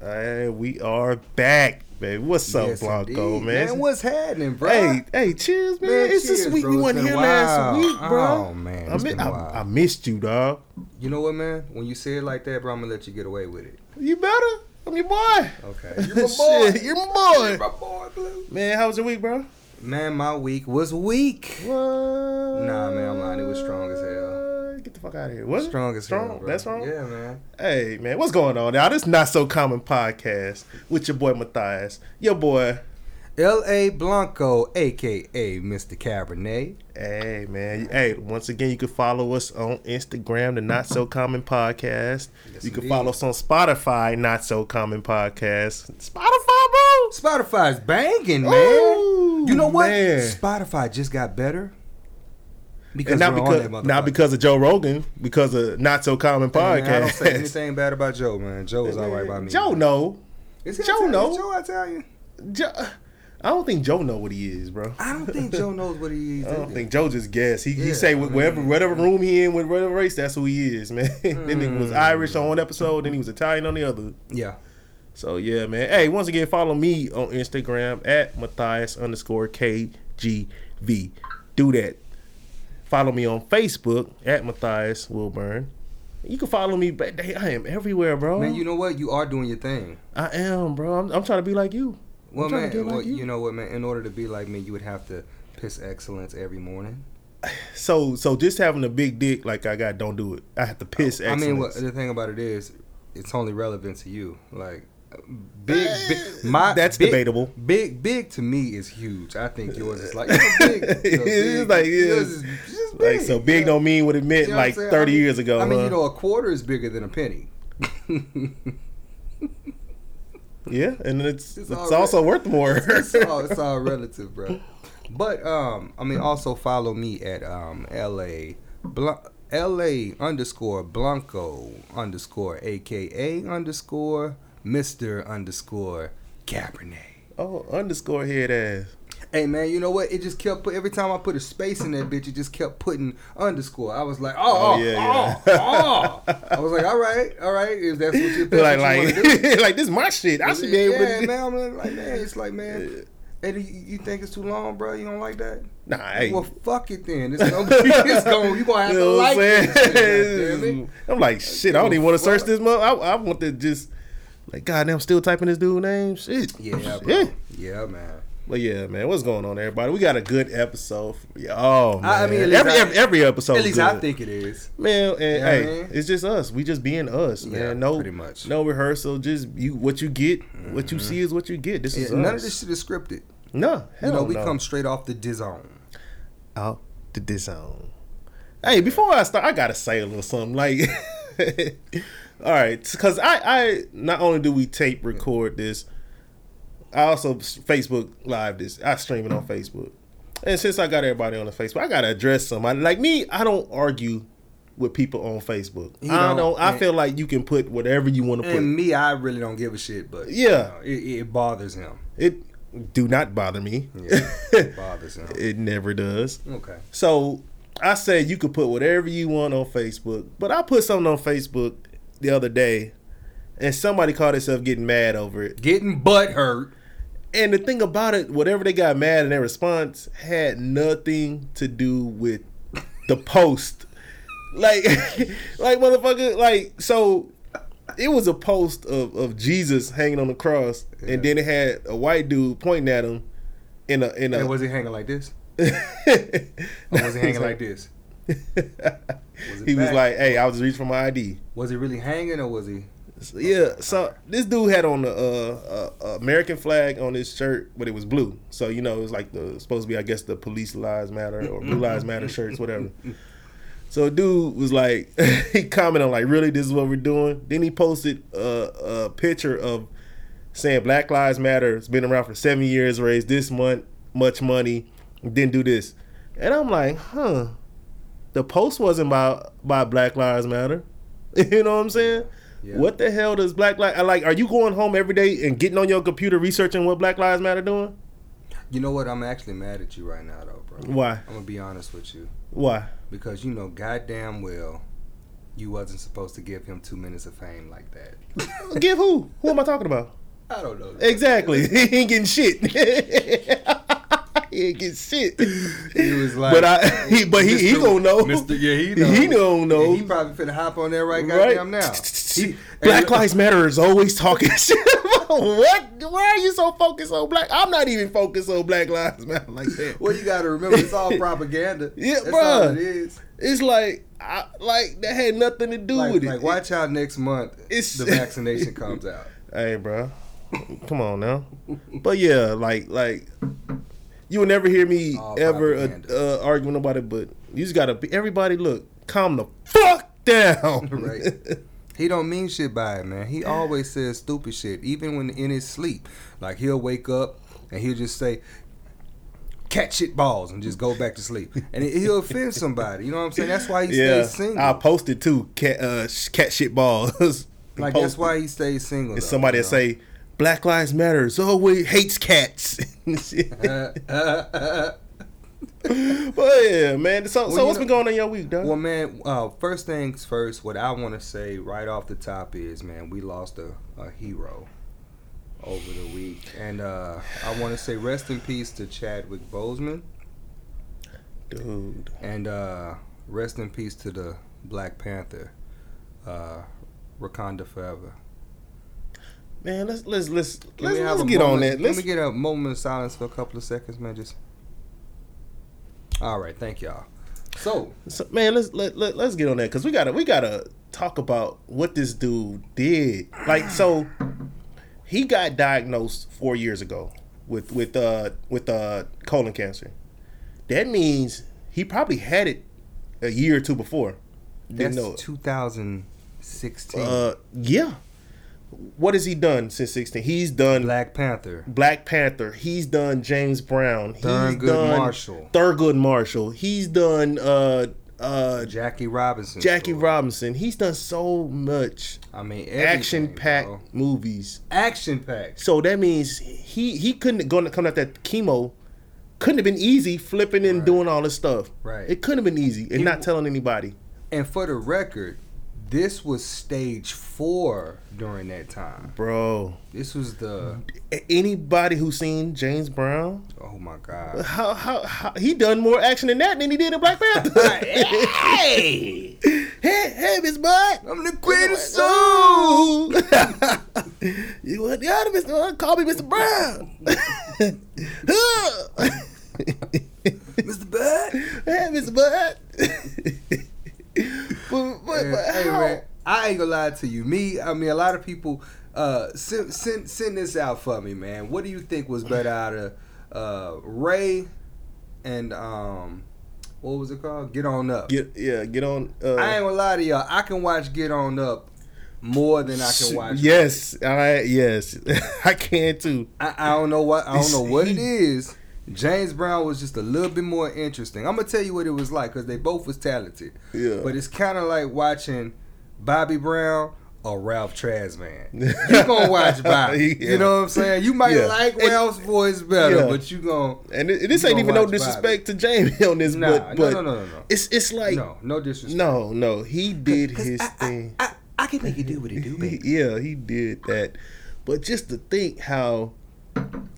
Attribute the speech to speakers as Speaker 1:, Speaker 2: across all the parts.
Speaker 1: Hey, we are back, baby. What's up,
Speaker 2: Yes,
Speaker 1: Blanco,
Speaker 2: indeed.
Speaker 1: man?
Speaker 2: what's happening, bro?
Speaker 1: hey, hey, cheers, man. it's this
Speaker 2: cheers,
Speaker 1: week.
Speaker 2: bro.
Speaker 1: We
Speaker 2: It's
Speaker 1: wasn't
Speaker 2: been
Speaker 1: here
Speaker 2: a
Speaker 1: last
Speaker 2: while.
Speaker 1: week, bro.
Speaker 2: Oh man,
Speaker 1: I,
Speaker 2: it's
Speaker 1: mi-
Speaker 2: been a while.
Speaker 1: I, I missed you, dog.
Speaker 2: you know what, man? When you say it like that, bro, I'm gonna let you get away with it.
Speaker 1: You better. I'm your boy.
Speaker 2: Okay.
Speaker 1: Shit, you're my boy.
Speaker 2: my boy, Blue.
Speaker 1: Man, how was your week, bro?
Speaker 2: Man, my week was weak.
Speaker 1: What? Nah,
Speaker 2: man, I'm lying. It was strong as hell.
Speaker 1: Get the fuck out of here. What?
Speaker 2: Strong as hell,
Speaker 1: Strong?
Speaker 2: bro.
Speaker 1: That's wrong?
Speaker 2: Yeah, man.
Speaker 1: Hey, man, what's going on now? This Not So Common podcast with your boy Matthias, your boy.
Speaker 2: L.A. Blanco, aka Mr. Cabernet.
Speaker 1: Hey, man. Hey, once again, you can follow us on Instagram, the Not So Common podcast.
Speaker 2: Yes,
Speaker 1: you can
Speaker 2: indeed.
Speaker 1: follow us on Spotify, Not So Common podcast. Spotify,
Speaker 2: Spotify's banging,
Speaker 1: bro.
Speaker 2: man.
Speaker 1: Ooh,
Speaker 2: you know what?
Speaker 1: man.
Speaker 2: Spotify just got better.
Speaker 1: And
Speaker 2: Because
Speaker 1: not
Speaker 2: we're
Speaker 1: because
Speaker 2: on that
Speaker 1: not
Speaker 2: motherfucker.
Speaker 1: because of Joe Rogan, because of Not So Common
Speaker 2: Hey, man, I don't say
Speaker 1: podcast.
Speaker 2: anything bad about Joe, man. Joe is all right by me.
Speaker 1: Joe
Speaker 2: man.
Speaker 1: know.
Speaker 2: Is he
Speaker 1: Joe
Speaker 2: Italian?
Speaker 1: know.
Speaker 2: Joe Italian?
Speaker 1: Joe, I don't think Joe know what he is, bro.
Speaker 2: I don't think Joe knows what he is.
Speaker 1: I don't
Speaker 2: either.
Speaker 1: think Joe just guessed. He, he
Speaker 2: Yeah,
Speaker 1: say
Speaker 2: I mean-
Speaker 1: whatever whatever room he in with whatever race, that's who he is, man. then he
Speaker 2: Hmm.
Speaker 1: was Irish on one episode, then he was Italian on the other.
Speaker 2: Yeah.
Speaker 1: So yeah, man. Hey, once again, follow me on Instagram at Matthias underscore KGV. Do that. Follow me on Facebook at Matthias Wilburn. You can follow me, but they, I am everywhere, bro.
Speaker 2: Man, you know what? You are doing your thing.
Speaker 1: I am, bro. I'm, I'm trying to be like you.
Speaker 2: Well,
Speaker 1: trying to get
Speaker 2: man,
Speaker 1: like
Speaker 2: well,
Speaker 1: you.
Speaker 2: you. know what, man? In order to be like me, you would have to piss excellence every morning.
Speaker 1: So, so just having a big dick like I got, don't do it. I have to piss.
Speaker 2: I mean, what,
Speaker 1: excellence.
Speaker 2: the thing about it is, it's only relevant to you. Like, big, big
Speaker 1: Eh,
Speaker 2: my
Speaker 1: that's
Speaker 2: big-
Speaker 1: debatable.
Speaker 2: Big, big to me is huge. I think yours is like it's big.
Speaker 1: It is like, yeah.
Speaker 2: Yours is just
Speaker 1: Like so big
Speaker 2: yeah.
Speaker 1: don't mean what it meant
Speaker 2: You know what I'm
Speaker 1: like
Speaker 2: saying?
Speaker 1: 30
Speaker 2: I mean-
Speaker 1: years ago.
Speaker 2: I mean,
Speaker 1: huh?
Speaker 2: you know, a quarter is bigger than a penny.
Speaker 1: yeah, and it's it's,
Speaker 2: It's all
Speaker 1: also worth more.
Speaker 2: it's all it's all relative, bro. But um, I mean, also follow me at um la Bla- la underscore blanco underscore aka underscore mister underscore cabernet.
Speaker 1: oh, underscore head ass.
Speaker 2: Hey man, you know what? It just kept put every time I put a space in that bitch, it just kept putting underscore. I was like, oh,
Speaker 1: Oh,
Speaker 2: oh,
Speaker 1: yeah,
Speaker 2: yeah, oh, I was like, all right, all right, if that's what you if
Speaker 1: like
Speaker 2: that's what you
Speaker 1: like
Speaker 2: wanna do.
Speaker 1: like this my shit. I should be able
Speaker 2: yeah,
Speaker 1: to.
Speaker 2: man. I'm like, like, man, it's like, man, Eddie, you you think it's too long, bro? You don't like that?
Speaker 1: Nah, hey.
Speaker 2: Well, fuck it then. It's gonna, be, it's gonna you gonna have
Speaker 1: You
Speaker 2: to
Speaker 1: know what
Speaker 2: like
Speaker 1: I'm
Speaker 2: it.
Speaker 1: saying?
Speaker 2: Damn it.
Speaker 1: I'm like, shit, I don't
Speaker 2: Well,
Speaker 1: even want to search
Speaker 2: fuck.
Speaker 1: this month. I, I want to just, like, goddamn, still typing this dude name. Shit.
Speaker 2: Yeah, bro.
Speaker 1: Shit.
Speaker 2: yeah, man.
Speaker 1: But yeah, man, what's going on, everybody? We got a good episode. For you. Oh, man.
Speaker 2: I- I mean, at least
Speaker 1: every,
Speaker 2: I-
Speaker 1: every, every episode.
Speaker 2: At least
Speaker 1: good.
Speaker 2: I think it is.
Speaker 1: Man, and
Speaker 2: what I
Speaker 1: hey,
Speaker 2: mean?
Speaker 1: it's just us. We just being us, man.
Speaker 2: Yeah,
Speaker 1: no,
Speaker 2: pretty much. Mm-hmm.
Speaker 1: no rehearsal. Just you, what you get, what you see is what you get. This is
Speaker 2: Yeah, none
Speaker 1: us.
Speaker 2: of this shit is scripted.
Speaker 1: No,
Speaker 2: You
Speaker 1: hell
Speaker 2: know, we
Speaker 1: no.
Speaker 2: come straight off the dizone.
Speaker 1: out the disown. Hey, before I start, I gotta say a little something. Like, all right, because I, I not only do we tape record this, I also Facebook live this. I stream it on Facebook, and since I got everybody on the Facebook, I gotta address somebody. Like me, I don't argue with people on Facebook.
Speaker 2: You
Speaker 1: I
Speaker 2: don't,
Speaker 1: don't. I
Speaker 2: and-
Speaker 1: feel like you can put whatever you want to put.
Speaker 2: And me, I really don't give a shit, but you
Speaker 1: Yeah.
Speaker 2: know, it, it bothers him.
Speaker 1: It do not bother me.
Speaker 2: Yeah, it bothers him.
Speaker 1: it never does.
Speaker 2: Okay.
Speaker 1: So I said you could put whatever you want on Facebook, but I put something on Facebook the other day, and somebody called itself getting mad over it.
Speaker 2: Getting butt hurt.
Speaker 1: And the thing about it, whatever they got mad in their response had nothing to do with the post. Like, like motherfucker, like so. It was a post of, of Jesus hanging on the cross, and then it had a white dude pointing at him in a in a.
Speaker 2: And was he hanging like this? Or was
Speaker 1: was
Speaker 2: he hanging like this? Was it
Speaker 1: he was
Speaker 2: back?
Speaker 1: like, "Hey, I was reaching for my ID."
Speaker 2: Was he really hanging or was he?
Speaker 1: So, yeah, so this dude had on the uh, uh, American flag on his shirt, but it was blue. So you know, it was like the supposed to be, I guess, the police lives matter or blue lives matter shirts, whatever. So dude was like, he commented on like, "Really, this is what we're doing?" Then he posted uh, a, a picture of saying Black Lives Matter. It's been around for seven years, raised this month much money, didn't do this, and I'm like, huh. The post wasn't by by Black Lives Matter. you know what I'm saying?
Speaker 2: Yeah.
Speaker 1: What the hell does Black Lives like? Are you going home every day and getting on your computer researching what Black Lives Matter doing?
Speaker 2: You know what? I'm actually mad at you right now, though, bro.
Speaker 1: Why?
Speaker 2: I'm gonna be honest with you
Speaker 1: Why?
Speaker 2: because you know goddamn well You wasn't supposed to give him two minutes of fame like that.
Speaker 1: Give who? Who am I talking about?
Speaker 2: I don't know.
Speaker 1: Exactly. he ain't getting shit. he ain't getting shit.
Speaker 2: He was like,
Speaker 1: but I, he, but he, he
Speaker 2: Mr.
Speaker 1: gonna know.
Speaker 2: Mr. Yeah, he know.
Speaker 1: He don't know.
Speaker 2: Yeah, he probably finna hop on there right
Speaker 1: Right.
Speaker 2: goddamn now. He-
Speaker 1: Black
Speaker 2: and-
Speaker 1: Lives Matter is always talking shit. what? Why are you so focused on black? I'm not even focused on Black Lives Matter like that.
Speaker 2: Well, you gotta remember, it's all propaganda.
Speaker 1: Yeah,
Speaker 2: That's all
Speaker 1: bruh.
Speaker 2: it is.
Speaker 1: It's like, I, like that had nothing to do
Speaker 2: Like,
Speaker 1: with
Speaker 2: like
Speaker 1: it.
Speaker 2: watch out next month.
Speaker 1: It's-
Speaker 2: the vaccination comes out.
Speaker 1: Hey, bro, come on now. But yeah, like, like you will never hear me
Speaker 2: All
Speaker 1: ever uh,
Speaker 2: propaganda.
Speaker 1: uh, arguing about it. But you just gotta be. Everybody, look, calm the fuck down.
Speaker 2: Right. He don't mean shit by it, man. He always says stupid shit, even when in his sleep. Like he'll wake up and he'll just say, "Cat shit balls," and just go back to sleep. And he- he'll offend somebody. You know what I'm saying? That's why he
Speaker 1: yeah,
Speaker 2: stays single.
Speaker 1: I posted too. Cat, uh, sh- cat shit balls.
Speaker 2: like
Speaker 1: Posted.
Speaker 2: that's why he stays single.
Speaker 1: It's
Speaker 2: though,
Speaker 1: somebody
Speaker 2: you
Speaker 1: that
Speaker 2: know?
Speaker 1: say Black Lives Matter always hates cats.
Speaker 2: Uh,
Speaker 1: but yeah, man. So,
Speaker 2: Well,
Speaker 1: so
Speaker 2: you
Speaker 1: what's
Speaker 2: know-
Speaker 1: been going on in your week, dog?
Speaker 2: Well, man, uh, first things first, what I want to say right off the top is, man, we lost a, a hero over the week. And uh, I want to say rest in peace to Chadwick Bozeman
Speaker 1: Dude,
Speaker 2: and uh, rest in peace to the Black Panther, uh, Wakanda Forever.
Speaker 1: man, let's let's let's
Speaker 2: Can
Speaker 1: let's,
Speaker 2: we have
Speaker 1: let's
Speaker 2: a
Speaker 1: get on
Speaker 2: moment-
Speaker 1: that. Let's
Speaker 2: Can we get a moment of silence for a couple of seconds, man? Just. All right, thank y'all. So,
Speaker 1: So, man, let's let, let let's get on that because we gotta we gotta talk about what this dude did. Like, so he got diagnosed four years ago with with uh with uh colon cancer. That means he probably had it a year or two before. Didn't
Speaker 2: that's
Speaker 1: know it.
Speaker 2: 2016.
Speaker 1: Uh, yeah. What has he done since sixteen? He's done
Speaker 2: Black Panther.
Speaker 1: Black Panther. He's done James Brown. He's
Speaker 2: Thurgood
Speaker 1: done
Speaker 2: Marshall.
Speaker 1: Thurgood Marshall. He's done uh uh
Speaker 2: Jackie Robinson.
Speaker 1: Jackie
Speaker 2: story.
Speaker 1: Robinson. He's done so much
Speaker 2: I mean,
Speaker 1: action packed movies.
Speaker 2: Action packed.
Speaker 1: So that means he he couldn't going come out that chemo couldn't have been easy flipping and
Speaker 2: Right.
Speaker 1: doing all this stuff.
Speaker 2: Right.
Speaker 1: It couldn't have been easy and
Speaker 2: He-
Speaker 1: not telling anybody.
Speaker 2: And for the record, this was stage four during that time.
Speaker 1: Bro,
Speaker 2: This was the
Speaker 1: a- anybody who's seen James Brown,
Speaker 2: oh my god.
Speaker 1: how, how how he done more action than that than he did in Black Panther.
Speaker 2: hey,
Speaker 1: hey, hey, Miss Bud.
Speaker 2: I'm the greatest soul.
Speaker 1: soul. you want the other Mr. Brown? uh, Call me Mr. Brown.
Speaker 2: Mr. Bud.
Speaker 1: hey, Mr. Bud. but, but, but
Speaker 2: Hey
Speaker 1: how?
Speaker 2: man, I ain't gonna lie to you. Me, I mean, a lot of people uh, send send send this out for me, man. What do you think was better out of uh, Ray and um, what was it called? Get on up.
Speaker 1: Get yeah, get on. Uh,
Speaker 2: I ain't gonna lie to y'all. I can watch Get On Up more than I can watch.
Speaker 1: Yes, I yes, I can too.
Speaker 2: I, I don't know what I don't know what it is. James Brown was just a little bit more interesting. I'm gonna tell you what it was like because they both was talented.
Speaker 1: Yeah.
Speaker 2: But it's kind of like watching Bobby Brown or Ralph Trasman. You gonna watch Bobby?
Speaker 1: Yeah.
Speaker 2: You know what I'm saying? You might
Speaker 1: Yeah.
Speaker 2: like
Speaker 1: And-
Speaker 2: Ralph's voice better,
Speaker 1: Yeah.
Speaker 2: but you gonna
Speaker 1: And it, this
Speaker 2: You
Speaker 1: ain't
Speaker 2: gonna
Speaker 1: even no
Speaker 2: watch
Speaker 1: disrespect to Jamie on this,
Speaker 2: Nah,
Speaker 1: but,
Speaker 2: no,
Speaker 1: but
Speaker 2: no, no, no, no.
Speaker 1: it's it's like no,
Speaker 2: no no disrespect.
Speaker 1: no, he did his thing.
Speaker 2: I, I can make you do what you do, baby.
Speaker 1: yeah, he did that. But just to think how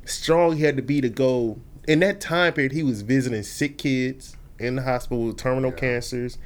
Speaker 1: strong he had to be to go in that time period, he was visiting sick kids in the hospital with terminal
Speaker 2: Yeah.
Speaker 1: cancers,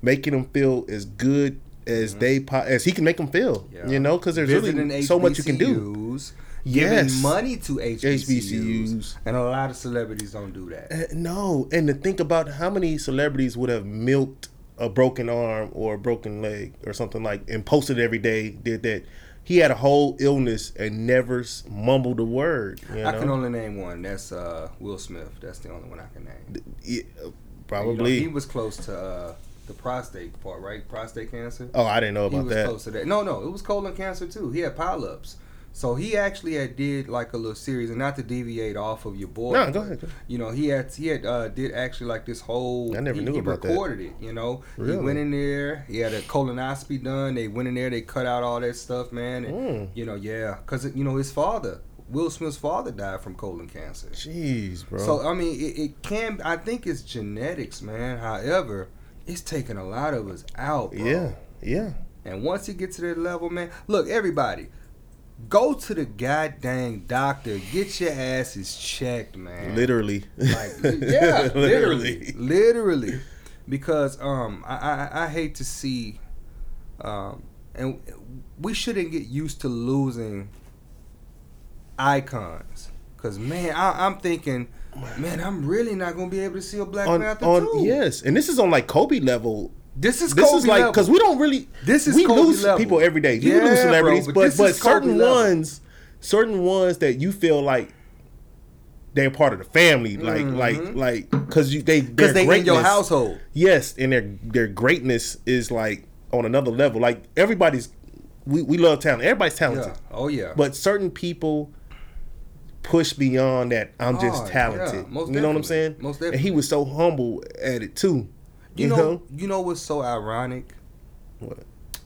Speaker 1: making them feel as good as they po- as he can make them feel.
Speaker 2: Mm-hmm. Yeah.
Speaker 1: You know, because there's really
Speaker 2: Visiting
Speaker 1: so much you can do.
Speaker 2: HBCUs,
Speaker 1: Yes.
Speaker 2: Giving money to HBCUs,
Speaker 1: HBCUs.
Speaker 2: and a lot of celebrities don't do that.
Speaker 1: Uh, No, and to think about how many celebrities would have milked a broken arm or a broken leg or something like, and posted every day. Did that? He had a whole illness and never s- mumbled a word. You know?
Speaker 2: I can only name one. That's uh, Will Smith. That's the only one I can name. And,
Speaker 1: Yeah,
Speaker 2: you know,
Speaker 1: uh, probably.
Speaker 2: he was close to uh, the prostate part, right? Prostate cancer.
Speaker 1: oh, I didn't know
Speaker 2: he
Speaker 1: about
Speaker 2: was
Speaker 1: that.
Speaker 2: close to that. No, no, it was colon cancer too. He had polyps. So he actually had did like a little series, and not to deviate off of your boy.
Speaker 1: No, go ahead, go ahead.
Speaker 2: You know, he had he had uh, did actually like this whole.
Speaker 1: I never
Speaker 2: he,
Speaker 1: knew
Speaker 2: he
Speaker 1: about that.
Speaker 2: recorded it. You know,
Speaker 1: Really?
Speaker 2: he went in there. He had a colonoscopy done. They went in there. They cut out all that stuff, man. And
Speaker 1: Mm.
Speaker 2: you know, yeah, because you know his father, Will Smith's father, died from colon cancer.
Speaker 1: Jeez, bro.
Speaker 2: So I mean, it, it can. I think it's genetics, man. However, it's taking a lot of us out. Bro.
Speaker 1: Yeah. Yeah.
Speaker 2: And once you get to that level, man, look, everybody, go to the goddamn doctor. Get your asses checked, man.
Speaker 1: Literally.
Speaker 2: Like, yeah, literally, literally, because um, I, I I hate to see, um, and we shouldn't get used to losing icons, because man, I, I'm thinking, man, I'm really not gonna be able to see a Black
Speaker 1: On,
Speaker 2: Panther
Speaker 1: on
Speaker 2: too.
Speaker 1: yes, and this is on like Kobe level.
Speaker 2: This is
Speaker 1: This
Speaker 2: Kobe
Speaker 1: is like
Speaker 2: level.
Speaker 1: because we don't really.
Speaker 2: This is
Speaker 1: we
Speaker 2: Kobe
Speaker 1: lose
Speaker 2: level.
Speaker 1: people every day. We
Speaker 2: Yeah,
Speaker 1: lose celebrities,
Speaker 2: bro, but
Speaker 1: but
Speaker 2: this
Speaker 1: but,
Speaker 2: is Kobe
Speaker 1: certain
Speaker 2: level.
Speaker 1: ones, certain ones that you feel like they're part of the family, like like like because you they
Speaker 2: because
Speaker 1: because
Speaker 2: Mm-hmm. they in your household.
Speaker 1: Yes, and their their greatness is like on another level. Like everybody's, we, we love talent. Everybody's talented,
Speaker 2: Yeah. Oh yeah.
Speaker 1: but certain people push beyond that. I'm just
Speaker 2: Oh, yeah,
Speaker 1: talented.
Speaker 2: most
Speaker 1: you know what I'm
Speaker 2: definitely.
Speaker 1: saying?
Speaker 2: Most
Speaker 1: And he was so humble at it too.
Speaker 2: you, know, you know what's so ironic?
Speaker 1: What?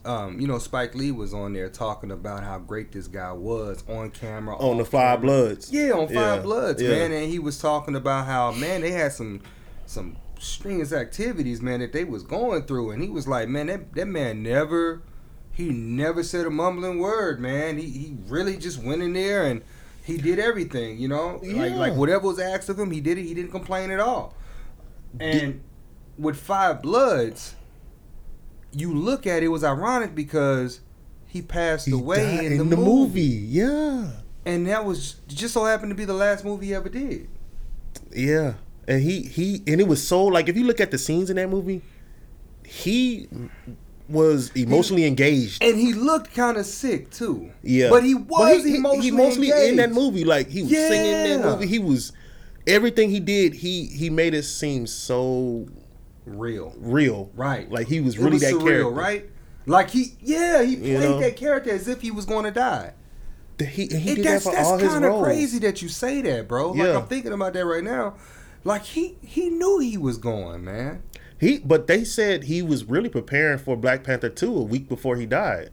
Speaker 2: Um, you know, Spike Lee was on there talking about how great this guy was on camera.
Speaker 1: on the
Speaker 2: off
Speaker 1: Five
Speaker 2: camera.
Speaker 1: Bloods.
Speaker 2: Yeah, on Five
Speaker 1: Yeah,
Speaker 2: Bloods,
Speaker 1: yeah.
Speaker 2: man. And he was talking about how, man, they had some some strenuous activities, man, that they was going through. And he was like, man, that, that man never he never said a mumbling word, man. He he really just went in there and he did everything, you know? Like
Speaker 1: Yeah.
Speaker 2: like whatever was asked of him, he did it. He didn't complain at all. And with Five Bloods, you look at it, it was ironic because he passed
Speaker 1: He died
Speaker 2: away in, the, movie.
Speaker 1: movie. Yeah,
Speaker 2: And that was just so happened to be the last movie he ever did.
Speaker 1: yeah. And he he and it was so like if you look at the scenes in that movie, he was emotionally engaged.
Speaker 2: And he looked kind of sick too.
Speaker 1: Yeah,
Speaker 2: But he was
Speaker 1: But he-
Speaker 2: emotionally,
Speaker 1: he mostly in that
Speaker 2: engaged.
Speaker 1: movie. Like he was singing in that
Speaker 2: Yeah.
Speaker 1: movie. He was everything he did. He he made it seem so
Speaker 2: Real.
Speaker 1: real.
Speaker 2: Right.
Speaker 1: Like he was
Speaker 2: It
Speaker 1: really that
Speaker 2: surreal,
Speaker 1: character.
Speaker 2: right? Like he yeah, he played
Speaker 1: You know?
Speaker 2: that character as if he was gonna die.
Speaker 1: That He and he
Speaker 2: It,
Speaker 1: did that
Speaker 2: that's
Speaker 1: for
Speaker 2: that's
Speaker 1: all his
Speaker 2: kind of
Speaker 1: roles.
Speaker 2: crazy that you say that, bro. Like
Speaker 1: Yeah.
Speaker 2: I'm thinking about that right now. Like he he knew he was going, man.
Speaker 1: He but they said he was really preparing for Black Panther 2 a week before he died.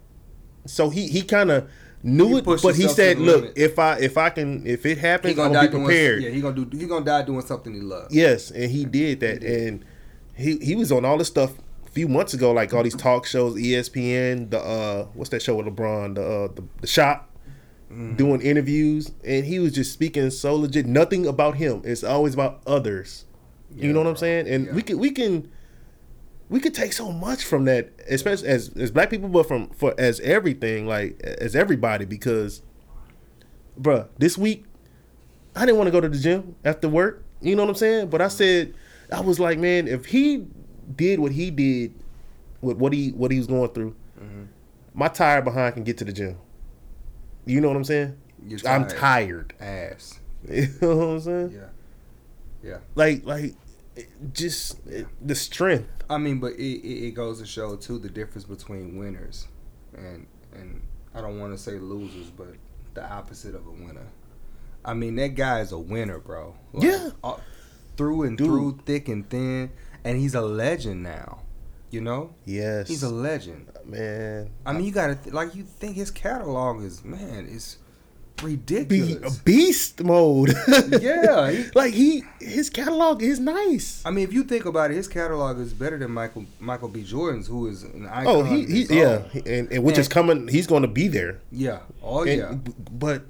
Speaker 1: So he he kind of knew
Speaker 2: He
Speaker 1: it,
Speaker 2: pushed
Speaker 1: but he
Speaker 2: himself to
Speaker 1: said,
Speaker 2: the
Speaker 1: "Look,
Speaker 2: limit.
Speaker 1: if I if I can if it
Speaker 2: He
Speaker 1: happens, I'm
Speaker 2: gonna
Speaker 1: gonna
Speaker 2: die
Speaker 1: be
Speaker 2: doing
Speaker 1: prepared."
Speaker 2: yeah, he gonna do he gonna die doing something he loves.
Speaker 1: Yes, and he did that, and he he was on all this stuff a few months ago, like all these talk shows, E ESPN, the uh, what's that show with LeBron, the uh, the, the shop, doing interviews, and he was just speaking so legit. Nothing about him; it's always about others.
Speaker 2: Yeah,
Speaker 1: you know what I'm
Speaker 2: bro.
Speaker 1: saying? And
Speaker 2: Yeah.
Speaker 1: we can we can we could take so much from that, especially as as black people, but from for as everything, like as everybody, because, bruh, this week I didn't want to go to the gym after work. You know what I'm saying? But I
Speaker 2: Mm-hmm.
Speaker 1: said, I was like, man, if he did what he did with what he what he was going through,
Speaker 2: Mm-hmm.
Speaker 1: my tire behind can get to the gym. You know what I'm saying?
Speaker 2: You're
Speaker 1: I'm tired.
Speaker 2: Ass.
Speaker 1: You know what I'm saying?
Speaker 2: Yeah. Yeah.
Speaker 1: Like like, it- just it- the strength.
Speaker 2: I mean, but it, it, it goes to show too the difference between winners and and I don't want to say losers, but the opposite of a winner. I mean, that guy is a winner, bro. Like,
Speaker 1: Yeah.
Speaker 2: uh, through and
Speaker 1: Dude.
Speaker 2: through, thick and thin, and he's a legend now. You know,
Speaker 1: Yes,
Speaker 2: he's a legend.
Speaker 1: man.
Speaker 2: I mean, you gotta th- like you think his catalog is man is
Speaker 1: Be a
Speaker 2: ridiculous.
Speaker 1: beast mode.
Speaker 2: Yeah, he- Oh
Speaker 1: like he his catalog is nice.
Speaker 2: I mean, if you think about it, his catalog is better than Michael Michael B. Jordan's, who is an icon.
Speaker 1: Oh, he,
Speaker 2: in
Speaker 1: he
Speaker 2: his
Speaker 1: yeah,
Speaker 2: own.
Speaker 1: and, and which is
Speaker 2: And-
Speaker 1: coming. He's going to be there.
Speaker 2: yeah, oh
Speaker 1: And-
Speaker 2: yeah.
Speaker 1: b- But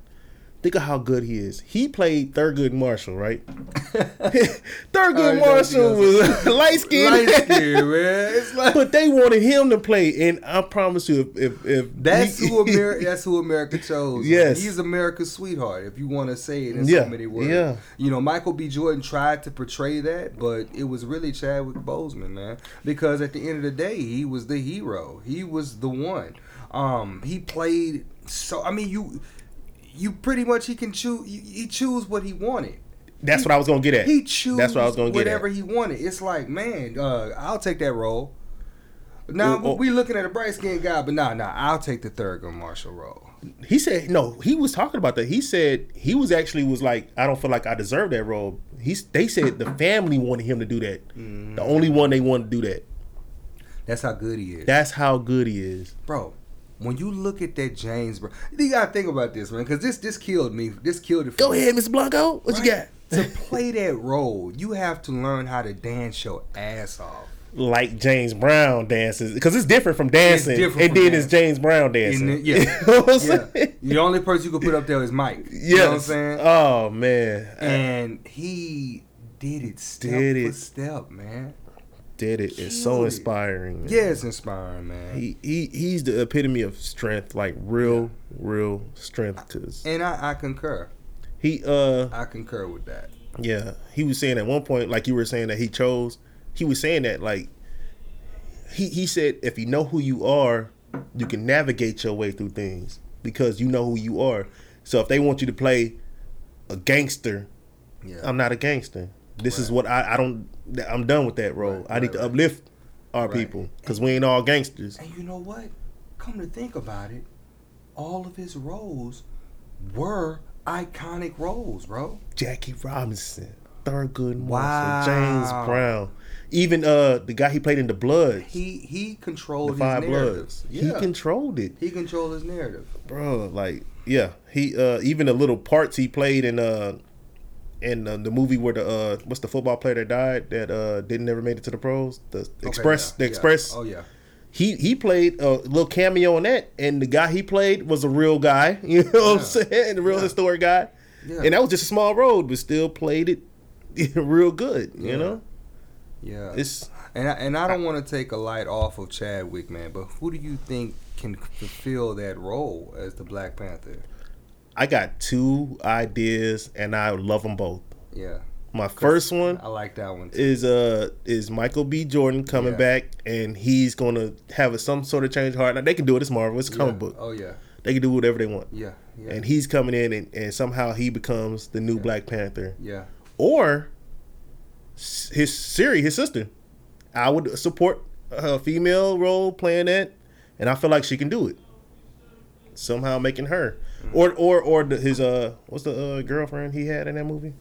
Speaker 1: think of how good he is. He played Thurgood Marshall, right?
Speaker 2: I
Speaker 1: Thurgood
Speaker 2: know
Speaker 1: Marshall
Speaker 2: he
Speaker 1: was light
Speaker 2: light
Speaker 1: skinned.
Speaker 2: skin, man. It's like
Speaker 1: But they wanted him to play, and I promise you, if if, if
Speaker 2: that's
Speaker 1: he-
Speaker 2: who America. That's who America chose.
Speaker 1: Yes.
Speaker 2: he's America's sweetheart. If you want to say it in
Speaker 1: Yeah,
Speaker 2: so many words,
Speaker 1: yeah.
Speaker 2: You know, Michael B. Jordan tried to portray that, but it was really Chadwick Boseman, man. Because at the end of the day, he was the hero. He was the one. Um, he played. So I mean, you, you pretty much he can choose. He choose what he wanted.
Speaker 1: that's what I was gonna get at.
Speaker 2: He choose
Speaker 1: That's what I was gonna get
Speaker 2: whatever
Speaker 1: at.
Speaker 2: he wanted. It's like, man, uh, I'll take that role. Now
Speaker 1: Well, oh.
Speaker 2: we looking at a bright skinned guy, but nah, nah, I'll take the third gun Marshall role.
Speaker 1: He said no. He was talking about that. He said he was actually was like, I don't feel like I deserve that role. He's they said the family wanted him to do that.
Speaker 2: Mm.
Speaker 1: The only one they wanted to do that.
Speaker 2: That's how good he is,
Speaker 1: That's how good he is.
Speaker 2: bro. When you look at that James, bro, you gotta think about this, man, because this this killed me. This killed it. For
Speaker 1: Go
Speaker 2: me.
Speaker 1: ahead, Mr. Blanco. What you got?
Speaker 2: to play that role, you have to learn how to dance your ass off.
Speaker 1: like James Brown dances because it's different from dancing.
Speaker 2: It's different
Speaker 1: and
Speaker 2: from
Speaker 1: then it's James Brown dancing.
Speaker 2: And then- yeah.
Speaker 1: You know what I'm
Speaker 2: yeah.
Speaker 1: saying?
Speaker 2: The only person you could put up there is Mike. You know what I'm
Speaker 1: Yes.
Speaker 2: saying?
Speaker 1: Oh man, I
Speaker 2: and he did it step
Speaker 1: Did
Speaker 2: for
Speaker 1: it.
Speaker 2: step, man.
Speaker 1: did it. It's
Speaker 2: Killed
Speaker 1: so
Speaker 2: it.
Speaker 1: inspiring. man.
Speaker 2: Yeah, it's inspiring, man.
Speaker 1: He, he he's the epitome of strength, like real, real strength. Cause
Speaker 2: and I, I concur.
Speaker 1: he uh
Speaker 2: I concur with that.
Speaker 1: yeah he was saying at one point like you were saying that he chose. He was saying that like he he said if you know who you are, you can navigate your way through things because you know who you are. So if they want you to play a gangster,
Speaker 2: Yeah.
Speaker 1: I'm not a gangster. This is what I I don't. I'm done with that role. I
Speaker 2: right,
Speaker 1: need to
Speaker 2: right.
Speaker 1: uplift our
Speaker 2: Right.
Speaker 1: people because we ain't all gangsters.
Speaker 2: and you know what? Come to think about it, all of his roles were iconic roles, bro.
Speaker 1: Jackie Robinson, Thurgood Marshall,
Speaker 2: Wow.
Speaker 1: James Brown, even uh the guy he played in the Blood,
Speaker 2: He he
Speaker 1: the
Speaker 2: controlled his
Speaker 1: Five
Speaker 2: narratives.
Speaker 1: Bloods. He
Speaker 2: Yeah.
Speaker 1: controlled it,
Speaker 2: he controlled his narrative.
Speaker 1: bro. Like yeah, he uh even the little parts he played in uh in uh, the movie where the uh what's the football player that died that uh didn't never made it to the pros, the
Speaker 2: Okay,
Speaker 1: Express,
Speaker 2: yeah,
Speaker 1: the
Speaker 2: yeah.
Speaker 1: Express.
Speaker 2: Oh yeah.
Speaker 1: he he played a little cameo in that, and the guy he played was a real guy. You know what I'm
Speaker 2: Yeah.
Speaker 1: saying? The real historic guy.
Speaker 2: Yeah.
Speaker 1: And that was just a small role, but still played it real good. You
Speaker 2: Yeah.
Speaker 1: know,
Speaker 2: Yeah.
Speaker 1: it's
Speaker 2: And I, and I don't want to take a light off of Chadwick, man, but who do you think can fulfill that role as the Black Panther?
Speaker 1: I got two ideas, and I love them both.
Speaker 2: Yeah,
Speaker 1: My first one
Speaker 2: I like that one. Too.
Speaker 1: is uh is Michael B. Jordan coming
Speaker 2: Yeah.
Speaker 1: back, and he's gonna have a, some sort of change of heart. Now they can do it. It's Marvel. It's a comic
Speaker 2: yeah.
Speaker 1: book.
Speaker 2: Oh yeah,
Speaker 1: They can do whatever they want.
Speaker 2: yeah, yeah,
Speaker 1: And he's coming in, and, and somehow he becomes the new Black Panther.
Speaker 2: yeah.
Speaker 1: or s- his Siri, his sister. I would support a female role playing that, and I feel like she can do it. Somehow making her,
Speaker 2: Mm.
Speaker 1: or or or the, his uh, what's the uh, girlfriend he had in that movie?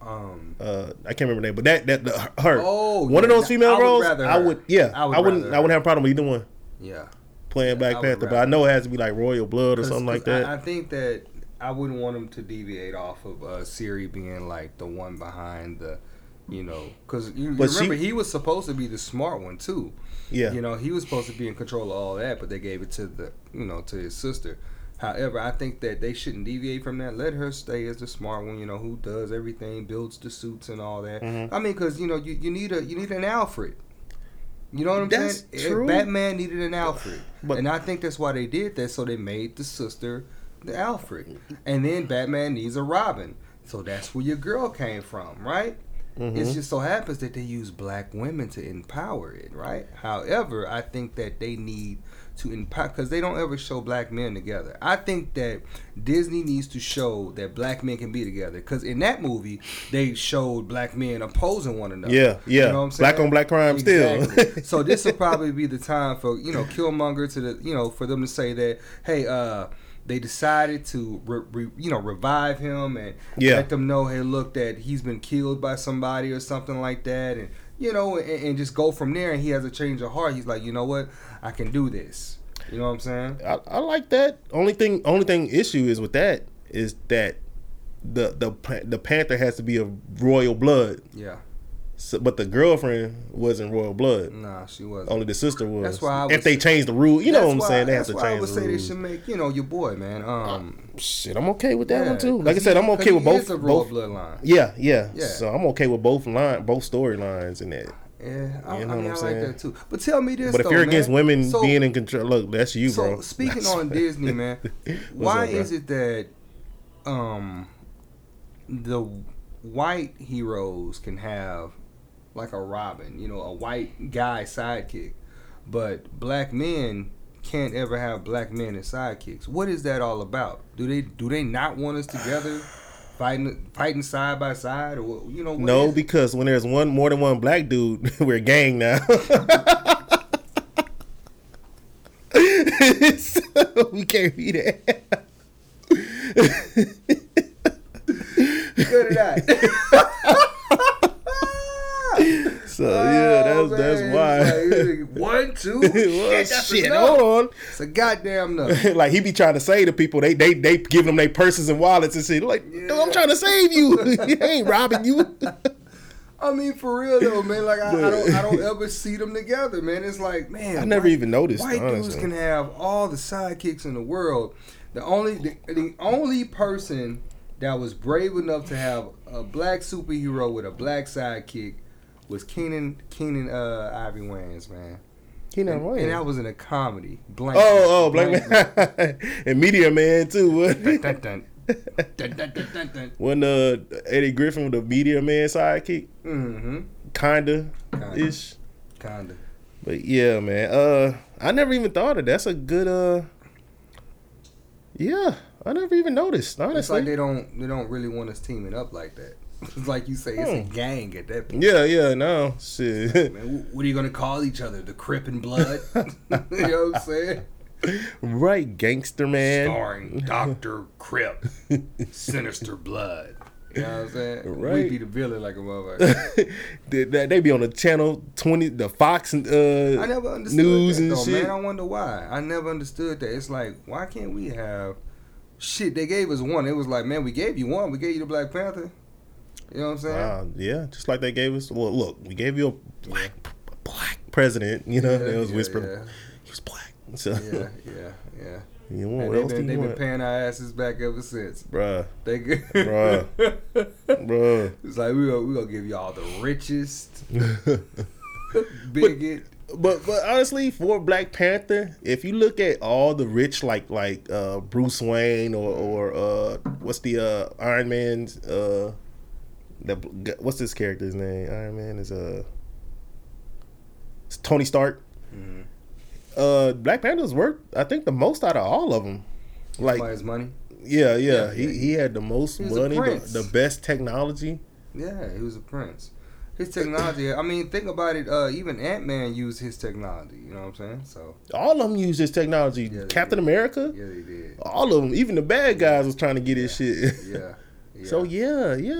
Speaker 2: Um,
Speaker 1: Uh, I can't remember the name, but that that the, her.
Speaker 2: Oh,
Speaker 1: one
Speaker 2: yeah,
Speaker 1: of those
Speaker 2: I
Speaker 1: female
Speaker 2: would
Speaker 1: roles.
Speaker 2: rather
Speaker 1: I
Speaker 2: her.
Speaker 1: would, yeah,
Speaker 2: I
Speaker 1: I,
Speaker 2: would
Speaker 1: wouldn't,
Speaker 2: rather
Speaker 1: I wouldn't
Speaker 2: her.
Speaker 1: have a problem with either one
Speaker 2: yeah.
Speaker 1: playing
Speaker 2: I
Speaker 1: Black
Speaker 2: would
Speaker 1: Panther, but I
Speaker 2: rather
Speaker 1: know it has to be like Royal Blood or something like
Speaker 2: 'cause
Speaker 1: that.
Speaker 2: I, I think that I wouldn't want him to deviate off of uh, Siri being like the one behind the, you know, because you, you
Speaker 1: But she-
Speaker 2: remember he was supposed to be the smart one too.
Speaker 1: yeah,
Speaker 2: You know, he was supposed to be in control of all that, but they gave it to the, you know, to his sister. However, I think that they shouldn't deviate from that. Let her stay as the smart one, you know, who does everything, builds the suits and all that.
Speaker 1: Mhm.
Speaker 2: I mean, because you know, you, you need a you need an Alfred. You know what I'm
Speaker 1: That's
Speaker 2: saying?
Speaker 1: true.
Speaker 2: Batman needed an Alfred,
Speaker 1: But-
Speaker 2: and I think that's why they did that. So they made the sister the Alfred, and then Batman needs a Robin. So that's where your girl came from, right?
Speaker 1: Mhm.
Speaker 2: It just so happens that they use black women to empower it, right? However, I think that they need to empower because they don't ever show black men together. I think that Disney needs to show that black men can be together because in that movie they showed black men opposing one another.
Speaker 1: yeah, yeah.
Speaker 2: You know what I'm saying?
Speaker 1: black on black crime
Speaker 2: Exactly.
Speaker 1: still.
Speaker 2: so this will probably be the time for you know Killmonger to the you know for them to say that hey uh they decided to re, re, you know revive him and
Speaker 1: Yeah.
Speaker 2: let them know hey look that he's been killed by somebody or something like that and you know and, and just go from there and he has a change of heart he's like you know what I can do this you know what I'm saying
Speaker 1: I, I like that. Only thing, only thing issue is with that is that the the pa- the Panther has to be of royal blood,
Speaker 2: yeah
Speaker 1: so, but the girlfriend wasn't royal blood.
Speaker 2: nah she wasn't
Speaker 1: Only the sister was.
Speaker 2: Mm. That's why I
Speaker 1: if
Speaker 2: would
Speaker 1: they
Speaker 2: say-
Speaker 1: change the rule, Oh, you know what
Speaker 2: That's
Speaker 1: I'm
Speaker 2: why-
Speaker 1: saying. They have
Speaker 2: that's
Speaker 1: to
Speaker 2: why I
Speaker 1: change
Speaker 2: would
Speaker 1: the
Speaker 2: say they
Speaker 1: rules.
Speaker 2: should make you know your boy man um
Speaker 1: Shit, I'm okay with that
Speaker 2: yeah,
Speaker 1: one too.
Speaker 2: 'cause
Speaker 1: Like I said,
Speaker 2: he-
Speaker 1: I'm
Speaker 2: 'cause
Speaker 1: okay with
Speaker 2: he is
Speaker 1: both.
Speaker 2: a royal
Speaker 1: both.
Speaker 2: bloodline
Speaker 1: Yeah, yeah,
Speaker 2: Yeah.
Speaker 1: So I'm okay with both line, both storylines in that.
Speaker 2: Yeah, I,
Speaker 1: You know what
Speaker 2: I mean,
Speaker 1: I'm
Speaker 2: I like
Speaker 1: saying?
Speaker 2: that too. But tell me this,
Speaker 1: But if
Speaker 2: though,
Speaker 1: you're
Speaker 2: man.
Speaker 1: against women
Speaker 2: So-
Speaker 1: being in control, look, that's you,
Speaker 2: so
Speaker 1: bro.
Speaker 2: speaking
Speaker 1: That's-
Speaker 2: on Disney, man, why
Speaker 1: up, bro?
Speaker 2: is it that um the white heroes can have like a Robin, you know, a white guy sidekick, but black men can't ever have black men as sidekicks? What is that all about? Do they do they not want us together? Fighting, fighting side by side, or you know, what
Speaker 1: No,
Speaker 2: is it?
Speaker 1: because when there's one more than one black dude, we're a gang now. So, we can't be that.
Speaker 2: good or not.
Speaker 1: So yeah, that's
Speaker 2: Oh,
Speaker 1: that's
Speaker 2: man.
Speaker 1: why.
Speaker 2: It's like, one, two,
Speaker 1: Well,
Speaker 2: shit, that's
Speaker 1: shit,
Speaker 2: enough.
Speaker 1: hold
Speaker 2: It's a goddamn no.
Speaker 1: on. like he be trying to say to people, they they they giving them their purses and wallets and shit. Like, dude,
Speaker 2: Yeah.
Speaker 1: I'm trying to save you. I ain't robbing you.
Speaker 2: I mean, for real though, man. Like I, I don't, I don't ever see them together, man. It's like, man,
Speaker 1: I never
Speaker 2: why-
Speaker 1: even noticed.
Speaker 2: White dudes
Speaker 1: honestly.
Speaker 2: can have all the sidekicks in the world. The only the, the only person that was brave enough to have a black superhero with a black sidekick was Keenan Keenan uh, Ivory Wayans, man.
Speaker 1: He not
Speaker 2: And
Speaker 1: lying.
Speaker 2: that was in a comedy. Blank.
Speaker 1: Oh, oh, Blank Man. and Meteor Man too.
Speaker 2: Dun,
Speaker 1: What?
Speaker 2: dun, dun. Dun, dun, dun, dun, dun.
Speaker 1: When uh Eddie Griffin with the Meteor Man sidekick,
Speaker 2: Mm-hmm.
Speaker 1: kinda
Speaker 2: Kinda.
Speaker 1: ish.
Speaker 2: Kinda.
Speaker 1: But yeah, man. Uh, I never even thought of that. that's a good. Uh, yeah, I never even noticed.
Speaker 2: It's like
Speaker 1: Honestly,
Speaker 2: they don't they don't really want us teaming up like that. It's like you say, it's a
Speaker 1: Hmm.
Speaker 2: gang at that point.
Speaker 1: yeah, yeah, no shit.
Speaker 2: Man, wh- what are you gonna call each other? The Crip and Blood? you know what I'm saying?
Speaker 1: right, gangster man.
Speaker 2: Starring Doctor Crip, Sinister Blood. You know what I'm saying?
Speaker 1: Right.
Speaker 2: We be the villain like a motherfucker.
Speaker 1: they, they they be on the channel twenty, the Fox uh,
Speaker 2: I never understood
Speaker 1: news
Speaker 2: that,
Speaker 1: and
Speaker 2: though,
Speaker 1: shit.
Speaker 2: man. I wonder why. I never understood that. It's like, why can't we have shit? They gave us one. It was like, man, we gave you one. We gave you the Black Panther. You know what I'm saying?
Speaker 1: Wow, yeah, just like they gave us. Well, look, we gave you a black, black president. You know, it was whispered. He was black. So
Speaker 2: Yeah, yeah, yeah. yeah.
Speaker 1: you want
Speaker 2: And
Speaker 1: what
Speaker 2: they've
Speaker 1: else
Speaker 2: been,
Speaker 1: do
Speaker 2: they
Speaker 1: you
Speaker 2: been
Speaker 1: want,
Speaker 2: paying our asses back ever since.
Speaker 1: bruh,
Speaker 2: They good.
Speaker 1: Bruh. bruh?
Speaker 2: It's like we gonna, we gonna give y'all the richest bigot.
Speaker 1: But but honestly, for Black Panther, if you look at all the rich, like like uh, Bruce Wayne or or uh, what's the uh, Iron Man's uh, the what's this character's name? Iron Man is uh, it's Tony Stark.
Speaker 2: Mhm.
Speaker 1: Uh, Black Panther's worked, I think, the most out of all of them. Like,
Speaker 2: Somebody's money.
Speaker 1: yeah, yeah,
Speaker 2: Yeah,
Speaker 1: he
Speaker 2: yeah.
Speaker 1: he had the most
Speaker 2: He was a
Speaker 1: money,
Speaker 2: prince.
Speaker 1: the, the best technology.
Speaker 2: Yeah, he was a prince. His technology. I mean, think about it. Uh, even Ant Man used his technology. You know what I'm saying? So
Speaker 1: All of them used this technology.
Speaker 2: Yeah, they
Speaker 1: Captain
Speaker 2: did.
Speaker 1: America,
Speaker 2: yeah, they did.
Speaker 1: all of them, even the bad guys was trying to get his shit.
Speaker 2: Yeah. yeah.
Speaker 1: So yeah, yeah,
Speaker 2: Yeah.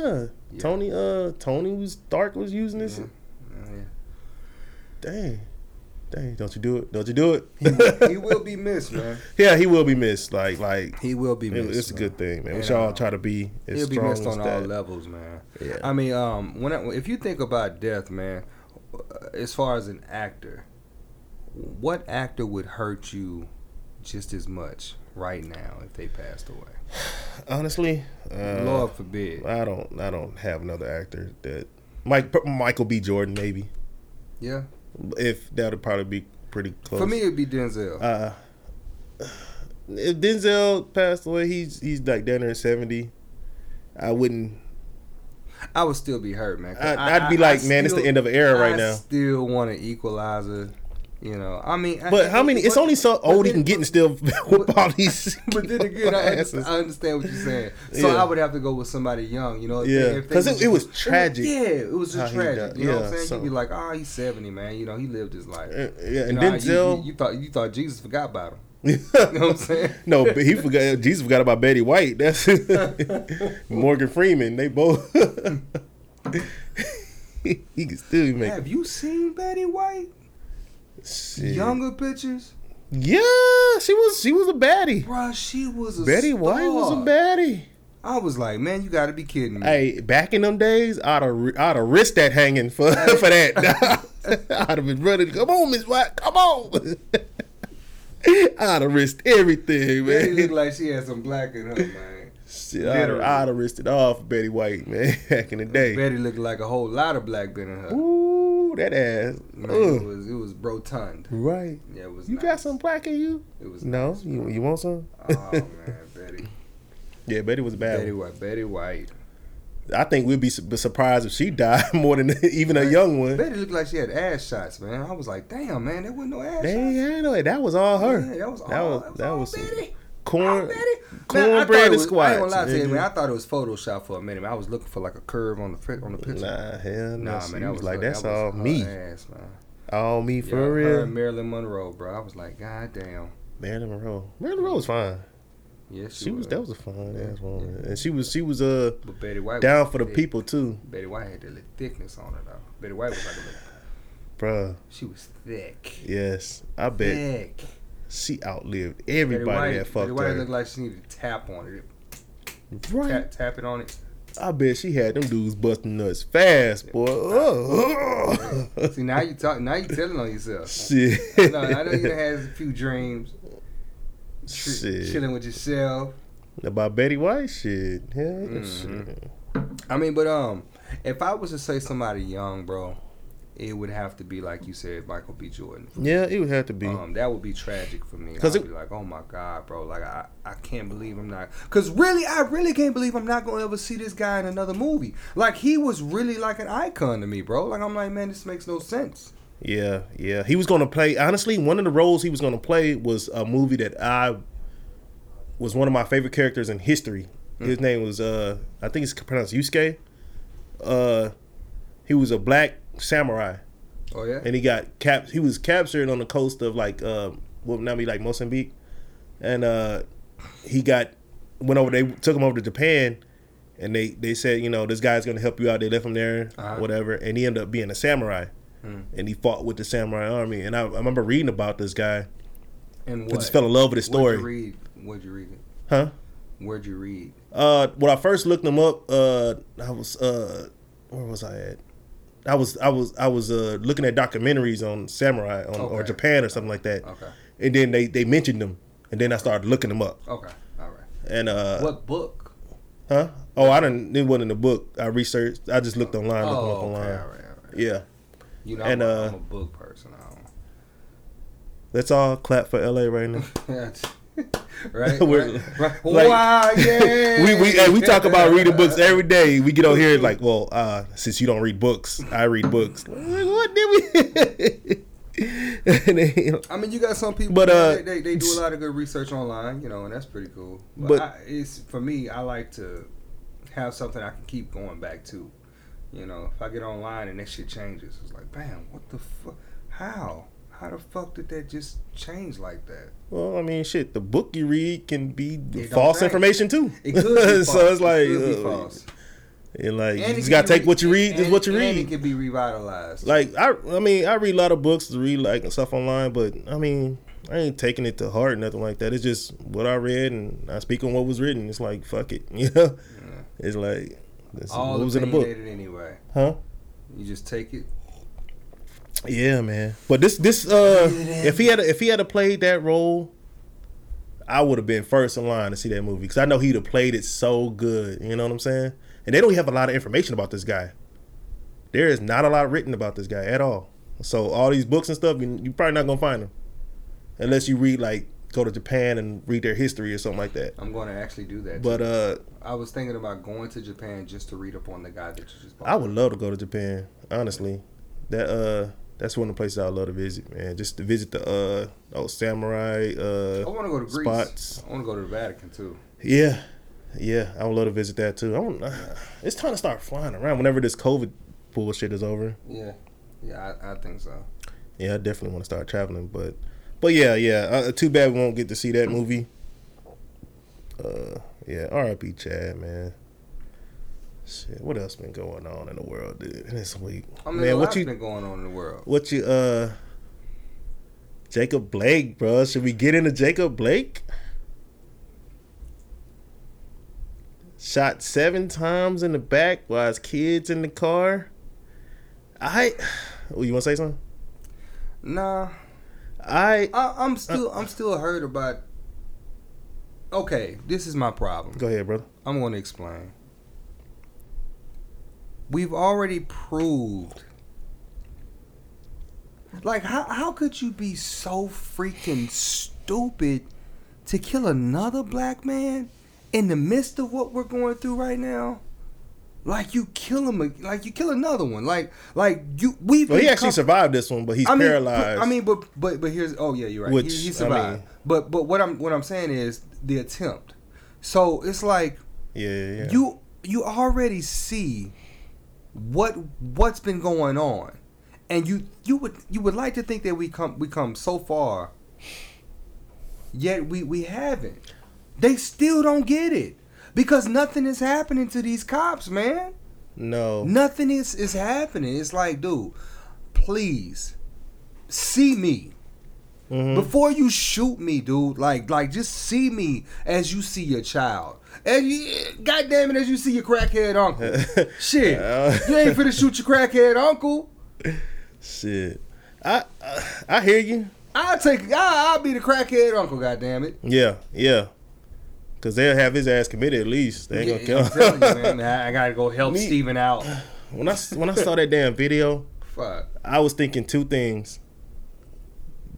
Speaker 2: Mm-hmm.
Speaker 1: Tony, uh, Tony was Stark was using this.
Speaker 2: Yeah. Yeah.
Speaker 1: Dang, dang, don't you do it? Don't you do it?
Speaker 2: He, he will be missed, man.
Speaker 1: yeah, he will be missed. Like, like
Speaker 2: He will be
Speaker 1: it-
Speaker 2: missed.
Speaker 1: it's a
Speaker 2: man.
Speaker 1: good thing, man. We
Speaker 2: And,
Speaker 1: should all
Speaker 2: uh,
Speaker 1: try to be as
Speaker 2: He'll be
Speaker 1: strong
Speaker 2: missed
Speaker 1: as
Speaker 2: on all
Speaker 1: that.
Speaker 2: levels, man.
Speaker 1: Yeah.
Speaker 2: I mean, um, when I, if you think about death, man, uh, as far as an actor, what actor would hurt you just as much right now if they passed away?
Speaker 1: Honestly, uh,
Speaker 2: Lord forbid.
Speaker 1: I don't, I don't have another actor that Mike Michael B. Jordan maybe.
Speaker 2: Yeah.
Speaker 1: If that would probably be pretty close.
Speaker 2: For me, it'd be Denzel.
Speaker 1: uh, if Denzel passed away, he's he's like down there at seventy. I wouldn't.
Speaker 2: I would still be hurt, man. 'cause
Speaker 1: I, I, would be like, man, it's the end of an era right
Speaker 2: I
Speaker 1: now.
Speaker 2: Still want an equalizer. You know, I mean, I-
Speaker 1: But how many? It's
Speaker 2: but-
Speaker 1: only so old he
Speaker 2: then-
Speaker 1: can get and still whip all these.
Speaker 2: But then again, I, under- I understand what you're saying. So
Speaker 1: Yeah.
Speaker 2: I would have to go with somebody young, you know. if they-
Speaker 1: Yeah.
Speaker 2: if they
Speaker 1: 'Cause
Speaker 2: was
Speaker 1: it- it was
Speaker 2: just-
Speaker 1: tragic
Speaker 2: Yeah, it was
Speaker 1: how
Speaker 2: just
Speaker 1: he
Speaker 2: tragic.
Speaker 1: died.
Speaker 2: You know what
Speaker 1: Yeah,
Speaker 2: I'm saying?
Speaker 1: so-
Speaker 2: You'd be like, oh, he's 70, man. You know, he lived his life.
Speaker 1: And, yeah,
Speaker 2: You
Speaker 1: and
Speaker 2: know, You, you,
Speaker 1: Denzel.
Speaker 2: you thought you thought Jesus forgot about him. You know what I'm saying?
Speaker 1: no, but he forgot. Jesus forgot about Betty White. That's Morgan Freeman. They both. he can still make
Speaker 2: Have you seen Betty White?
Speaker 1: shit.
Speaker 2: Younger pictures,
Speaker 1: Yeah, she was. She was a baddie.
Speaker 2: Bruh, She was a
Speaker 1: Betty White was a
Speaker 2: star.
Speaker 1: baddie.
Speaker 2: I was like, man, you got to be kidding me.
Speaker 1: Hey, back in them days, I'd have, I'd have risked that hanging for for that. I'd have been running. Come on, Miss White. Come on. I'd have risked everything,
Speaker 2: Betty looked
Speaker 1: man.
Speaker 2: like she had some black in her, man.
Speaker 1: Shit, I'd, have,
Speaker 2: literally.
Speaker 1: I'd have risked it all for Betty White, man. Back in the day.
Speaker 2: Betty looked like a whole lot of black been in her.
Speaker 1: Ooh, that ass.
Speaker 2: Man, it
Speaker 1: Ugh.
Speaker 2: was it was brotund.
Speaker 1: Right.
Speaker 2: Yeah, it was.
Speaker 1: You
Speaker 2: nice.
Speaker 1: got some black in you?
Speaker 2: It was
Speaker 1: No.
Speaker 2: nice,
Speaker 1: You,
Speaker 2: bro.
Speaker 1: you want some?
Speaker 2: oh man, Betty,
Speaker 1: Yeah, Betty was a bad.
Speaker 2: Betty
Speaker 1: one.
Speaker 2: White, Betty White.
Speaker 1: I think we'd be su- be surprised if she died more than even a young one.
Speaker 2: Betty looked like she had ass shots, man. I was like, damn, man, there wasn't no ass
Speaker 1: They
Speaker 2: shots.
Speaker 1: ain't know it. That was all her.
Speaker 2: Yeah, that was all.
Speaker 1: That was- that
Speaker 2: all
Speaker 1: was some
Speaker 2: Betty.
Speaker 1: Corn.
Speaker 2: Man, I thought
Speaker 1: cornbread
Speaker 2: it
Speaker 1: and
Speaker 2: was- I ain't
Speaker 1: squats, Mm-hmm.
Speaker 2: gonna lie to you,
Speaker 1: nigga.
Speaker 2: man. I thought it was Photoshop for a minute. man. I was looking for like a curve on the fi- on the picture.
Speaker 1: Nah, hell no.
Speaker 2: Nah,
Speaker 1: she
Speaker 2: man, that
Speaker 1: was,
Speaker 2: was
Speaker 1: like,
Speaker 2: her-
Speaker 1: that's
Speaker 2: that
Speaker 1: all
Speaker 2: was her
Speaker 1: me.
Speaker 2: Ass, man.
Speaker 1: All me
Speaker 2: Yeah,
Speaker 1: for
Speaker 2: her
Speaker 1: real.
Speaker 2: and Marilyn Monroe, bro. I was like, God damn.
Speaker 1: Marilyn Monroe. Marilyn Monroe was fine.
Speaker 2: Yes,
Speaker 1: She was that was a fine
Speaker 2: Yeah,
Speaker 1: ass woman. And she was she was uh
Speaker 2: But Betty White
Speaker 1: down
Speaker 2: was
Speaker 1: for the
Speaker 2: thick.
Speaker 1: people too,
Speaker 2: Betty White had that little thickness on her though. Betty White was like a little,
Speaker 1: bruh.
Speaker 2: she was thick.
Speaker 1: Yes. I bet
Speaker 2: Thick.
Speaker 1: she outlived
Speaker 2: Betty
Speaker 1: everybody
Speaker 2: White,
Speaker 1: that fucked
Speaker 2: Betty White
Speaker 1: her.
Speaker 2: looked like she needed to tap on it.
Speaker 1: right.
Speaker 2: Tap, tap it on it.
Speaker 1: I bet she had them dudes busting nuts fast, boy. Oh.
Speaker 2: See now you talk now you telling on yourself.
Speaker 1: Shit.
Speaker 2: No, I know you done had a few dreams, tr-
Speaker 1: Shit.
Speaker 2: chilling with yourself.
Speaker 1: About Betty White shit. Yeah,
Speaker 2: Mm-hmm.
Speaker 1: shit.
Speaker 2: I mean, but um, if I was to say somebody young, bro, it would have to be like you said, Michael B. Jordan.
Speaker 1: yeah, it would have to be.
Speaker 2: Um, that would be tragic for me.
Speaker 1: 'Cause
Speaker 2: I'd
Speaker 1: it-
Speaker 2: be like, oh my god, bro, like I, I can't believe I'm not. Cause really, I really can't believe I'm not gonna ever see this guy in another movie. Like he was really like an icon to me, bro. Like I'm like, man, this makes no sense.
Speaker 1: yeah, yeah. He was gonna play. Honestly, one of the roles he was gonna play was a movie that I was one of my favorite characters in history. His name was uh, I think it's pronounced Yusuke. Uh, he was a black samurai.
Speaker 2: Oh yeah.
Speaker 1: and he got cap. He was captured on the coast of like uh, what would now be like Mozambique, and uh, he got went over. They took him over to Japan, and they they said you know this guy's gonna help you out. They left him there,
Speaker 2: Uh-huh. Hmm.
Speaker 1: whatever, and he ended up being a samurai, and he fought with the samurai army. And I, I remember reading about this guy.
Speaker 2: and
Speaker 1: I
Speaker 2: what?
Speaker 1: just fell in love with his
Speaker 2: Where'd you
Speaker 1: story,
Speaker 2: read? Where'd you read it?
Speaker 1: huh?
Speaker 2: Where'd you read?
Speaker 1: Uh, when I first looked him up, uh, I was uh, where was I at? I was I was I was uh, looking at documentaries on samurai on, or
Speaker 2: Okay.
Speaker 1: Japan or something like that.
Speaker 2: Okay.
Speaker 1: and then they they mentioned them, and then I started looking them up.
Speaker 2: Okay. All right.
Speaker 1: And uh,
Speaker 2: What book?
Speaker 1: huh? Oh, I didn't. It wasn't in the book. I researched. I just looked online. looked them up online.
Speaker 2: Oh, all right, all right.
Speaker 1: Yeah,
Speaker 2: You know,
Speaker 1: And,
Speaker 2: I'm, a-
Speaker 1: uh,
Speaker 2: I'm a book person. I don't.
Speaker 1: let's all clap for LA right now.
Speaker 2: right, right,
Speaker 1: We're-
Speaker 2: right.
Speaker 1: like-
Speaker 2: wow, yeah.
Speaker 1: we we hey, we talk about reading books every day. We get on here like, well, uh, since you don't read books, I read books. Like, what did we? And then-
Speaker 2: I mean, you got some people,
Speaker 1: But,
Speaker 2: but
Speaker 1: uh,
Speaker 2: they, they, they do a lot of good research online, you know, and that's pretty cool. But,
Speaker 1: But-
Speaker 2: I, it's for me, I like to have something I can keep going back to. You know, if I get online and that shit changes, it's like, bam, what the fuck? How? How the fuck did that just change like that?
Speaker 1: well, I mean, shit. The book you read can be
Speaker 2: don't
Speaker 1: false
Speaker 2: change.
Speaker 1: information too.
Speaker 2: It could be false.
Speaker 1: so it's like,
Speaker 2: it could be
Speaker 1: uh,
Speaker 2: false.
Speaker 1: and like
Speaker 2: And it
Speaker 1: you just
Speaker 2: could
Speaker 1: gotta
Speaker 2: be
Speaker 1: take
Speaker 2: re-
Speaker 1: what you read. This
Speaker 2: and-
Speaker 1: is what you
Speaker 2: And
Speaker 1: read.
Speaker 2: it could be revitalized.
Speaker 1: Like I, I mean, I read a lot of books, read like stuff online, but I mean, I ain't taking it to heart, nothing like that. It's just what I read, and I speak on what was written. It's like fuck it, you know. It's like this is
Speaker 2: all
Speaker 1: what was in the book,
Speaker 2: opinionated anyway.
Speaker 1: huh?
Speaker 2: You just take it.
Speaker 1: Yeah, man. But this, this, uh,
Speaker 2: Breathe it in.
Speaker 1: if he had, if he had played that role, I would have been first in line to see that movie because I know he'd have played it so good. You know what I'm saying? And they don't have a lot of information about this guy. There is not a lot written about this guy at all. So all these books and stuff, you, you're probably not gonna find them unless you read like go to Japan and read their history or something like that.
Speaker 2: I'm going to actually do that.
Speaker 1: But uh,
Speaker 2: I was thinking about going to Japan just to read up on the guy that you just bought.
Speaker 1: I would love to go to Japan. Honestly, that uh, that's one of the places I would love to visit, man. Just to visit the uh, old samurai. Uh,
Speaker 2: I want to go to Greece.
Speaker 1: spots.
Speaker 2: I want to go to the Vatican too.
Speaker 1: Yeah, yeah, I would love to visit that too. I want, uh, it's time to start flying around whenever this COVID bullshit is over.
Speaker 2: Yeah, yeah, I, I think so.
Speaker 1: Yeah, I definitely want to start traveling, but but yeah, yeah. Uh, too bad we won't get to see that movie. Uh, yeah. R.I.P. Chad, man. Shit, what else been going on in the world, dude? This week,
Speaker 2: I mean, a
Speaker 1: man. What
Speaker 2: lot's
Speaker 1: you
Speaker 2: been going on in the world.
Speaker 1: what you uh? Jacob Blake, bro. Should we get into Jacob Blake? Shot seven times in the back while his kids in the car. I, oh, you want to say something?
Speaker 2: Nah,
Speaker 1: I
Speaker 2: I, I'm still, I'm still hurt about. Okay, this is my problem.
Speaker 1: go ahead, brother.
Speaker 2: I'm going to explain. We've already proved. Like, how, how could you be so freaking stupid to kill another black man in the midst of what we're going through right now? Like you kill him, ag- like you kill another one, like like you. We've
Speaker 1: Well, he
Speaker 2: been
Speaker 1: actually
Speaker 2: com-
Speaker 1: survived this one, but he's
Speaker 2: I mean,
Speaker 1: paralyzed.
Speaker 2: I mean, but but but here's oh yeah, you're right.
Speaker 1: Which,
Speaker 2: he,
Speaker 1: I
Speaker 2: he survived.
Speaker 1: mean-
Speaker 2: but but what I'm what I'm saying is the attempt. So it's like
Speaker 1: yeah, yeah, yeah.
Speaker 2: you you already see what what's been going on, and you you would you would like to think that we come we come so far, yet we we haven't. They still don't get it because nothing is happening to these cops, man.
Speaker 1: no,
Speaker 2: Nothing is is happening. It's like, dude, please see me.
Speaker 1: Mm-hmm.
Speaker 2: Before you shoot me, dude, like like just see me as you see your child. And you, goddamn it, as you see your crackhead uncle. Shit,
Speaker 1: Uh,
Speaker 2: you ain't finna shoot your crackhead uncle.
Speaker 1: Shit. I I, I hear you.
Speaker 2: I'll take. I, I'll be the crackhead uncle. Goddamn it.
Speaker 1: Yeah, yeah. Cause they'll have his ass committed at least. They ain't
Speaker 2: Yeah,
Speaker 1: gonna
Speaker 2: I'm
Speaker 1: kill him.
Speaker 2: telling you, man. I, I gotta go help
Speaker 1: Me-
Speaker 2: Steven out.
Speaker 1: when I s- when I saw that damn video,
Speaker 2: Fuck.
Speaker 1: I was thinking two things.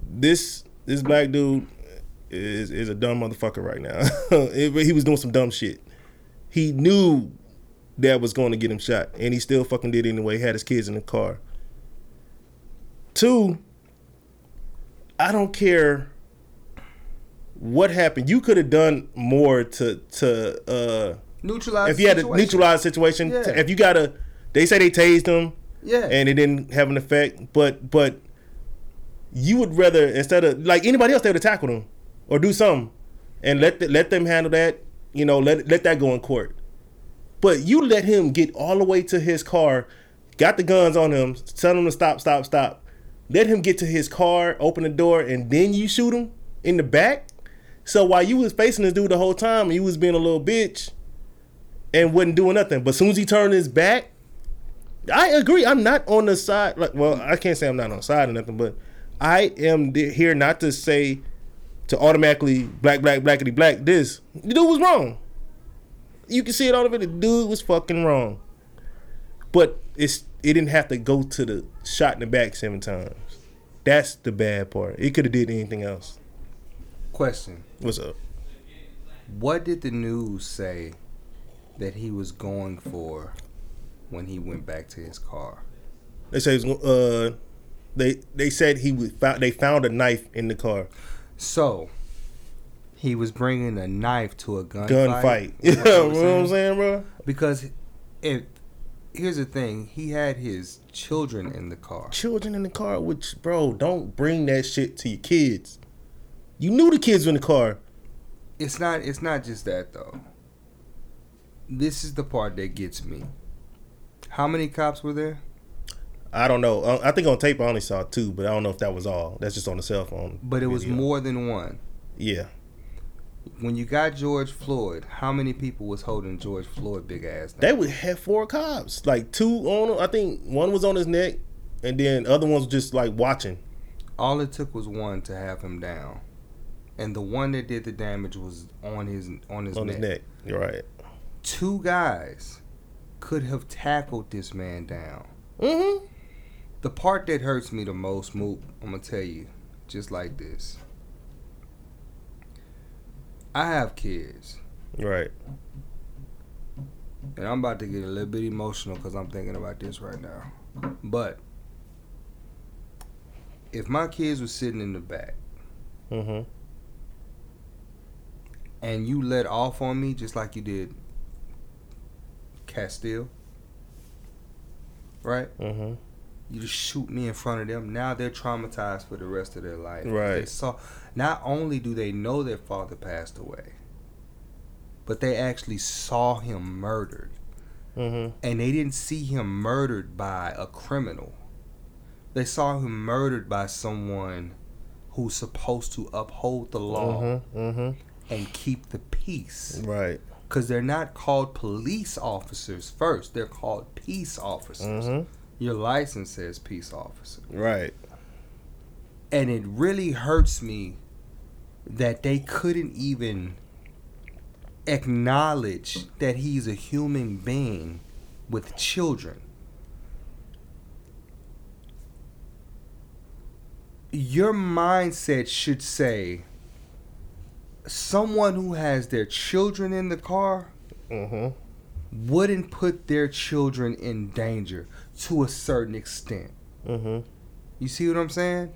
Speaker 1: This this black dude is is a dumb motherfucker right now. He- he was doing some dumb shit. He knew that was going to get him shot, and he still fucking did it anyway. He had his kids in the car. Two, I don't care what happened. You could have done more to to uh
Speaker 2: Neutralize.
Speaker 1: if you had
Speaker 2: the
Speaker 1: a
Speaker 2: situation.
Speaker 1: neutralized situation.
Speaker 2: Yeah.
Speaker 1: If you got a, they say they tased him
Speaker 2: Yeah.
Speaker 1: and it didn't have an effect. But but you would rather instead of like anybody else, they would have tackled him or do something and let the, let them handle that. You know, let let that go in court. But you let him get all the way to his car, got the guns on him, tell him to stop, stop, stop. Let him get to his car, open the door, and then you shoot him in the back. So while you was facing this dude the whole time, you was being a little bitch and wasn't doing nothing. But soon as he turned his back, I agree. I'm not on the side. Like, well, I can't say I'm not on the side or nothing, but I am th- here not to say to automatically black, black, blackity, black. This the dude was wrong. You can see it all over. The dude was fucking wrong. But it's it didn't have to go to the shot in the back seven times. That's the bad part. It could have did anything else.
Speaker 2: Question:
Speaker 1: What's up?
Speaker 2: What did the news say that he was going for when he went back to his car?
Speaker 1: They say it's, uh, they they said he was found. They found a knife in the car.
Speaker 2: So he was bringing a knife to a gunfight.
Speaker 1: Gunfight. Yeah,
Speaker 2: Is
Speaker 1: you
Speaker 2: that what
Speaker 1: know
Speaker 2: you're
Speaker 1: what I'm saying, bro?
Speaker 2: Because if here's the thing, he had his children in the car.
Speaker 1: children in the car, which bro, don't bring that shit to your kids. You knew the kids were in the car.
Speaker 2: It's not. It's not just that though. This is the part that gets me. How many cops were there?
Speaker 1: I don't know. Uh, I I think on tape I only saw two, but I don't know if that was all. That's just on the cell phone.
Speaker 2: But it was
Speaker 1: video.
Speaker 2: more than one.
Speaker 1: Yeah,
Speaker 2: When you got George Floyd, how many people was holding George Floyd big ass?
Speaker 1: they would have four cops, like two on. him. I think one was on his neck, and then the other ones just like watching.
Speaker 2: All it took was one to have him down, and the one that did the damage was on his on his,
Speaker 1: on
Speaker 2: neck.
Speaker 1: his neck. You're right.
Speaker 2: Two guys could have tackled this man down.
Speaker 1: Mm-hmm.
Speaker 2: The part that hurts me the most, Moop, I'm gonna tell you, just like this. I have kids,
Speaker 1: Right.
Speaker 2: and I'm about to get a little bit emotional because I'm thinking about this right now. But if my kids were sitting in the back
Speaker 1: Mm-hmm.
Speaker 2: and you let off on me just like you did Castile, right?
Speaker 1: Mm-hmm.
Speaker 2: you just shoot me in front of them. Now they're traumatized for the rest of their life.
Speaker 1: Right.
Speaker 2: They saw. Not only do they know their father passed away, but they actually saw him murdered,
Speaker 1: Mm-hmm.
Speaker 2: and they didn't see him murdered by a criminal. They saw him murdered by someone who's supposed to uphold the law
Speaker 1: Mm-hmm. Mm-hmm.
Speaker 2: and keep the peace.
Speaker 1: Right.
Speaker 2: Because they're not called police officers first; they're called peace officers.
Speaker 1: Mm-hmm.
Speaker 2: Your license says peace officer.
Speaker 1: Right.
Speaker 2: and it really hurts me that they couldn't even acknowledge that he's a human being with children. Your mindset should say someone who has their children in the car
Speaker 1: Mm-hmm.
Speaker 2: wouldn't put their children in danger to a certain extent.
Speaker 1: Mm-hmm.
Speaker 2: You see what I'm saying?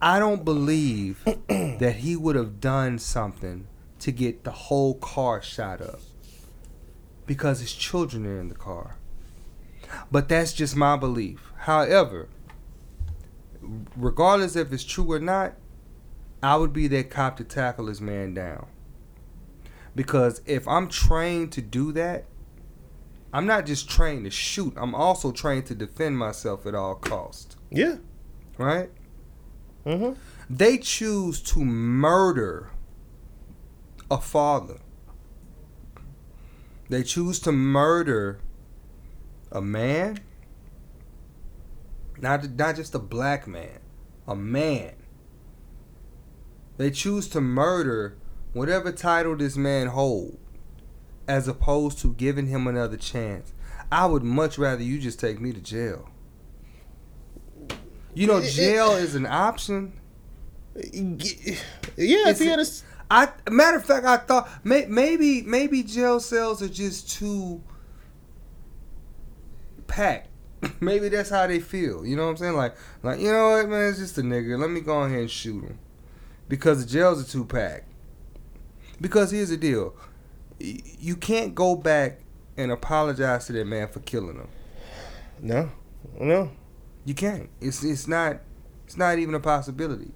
Speaker 2: I don't believe that he would have done something to get the whole car shot up because his children are in the car. But that's just my belief. However, regardless if it's true or not, I would be that cop to tackle this man down. Because if I'm trained to do that, I'm not just trained to shoot, I'm also trained to defend myself at all costs
Speaker 1: Yeah.
Speaker 2: right?
Speaker 1: Mm-hmm.
Speaker 2: They choose to murder a father. They choose to murder a man. Not not just a black man, a man. They choose to murder whatever title this man hold, as opposed to giving him another chance. I would much rather you just take me to jail. You know,
Speaker 1: It- it-
Speaker 2: jail is an option.
Speaker 1: Yeah, if
Speaker 2: It's
Speaker 1: he
Speaker 2: a-
Speaker 1: had a s-
Speaker 2: I matter of fact, I thought may, maybe maybe jail cells are just too packed. maybe that's how they feel. You know what I'm saying? Like like you know what man, it's just a nigga. Let me go ahead and shoot him because the jails are too packed. Because here's the deal, Y- you can't go back and apologize to that man for killing him.
Speaker 1: no, no.
Speaker 2: You can't. It's it's not it's not even a possibility.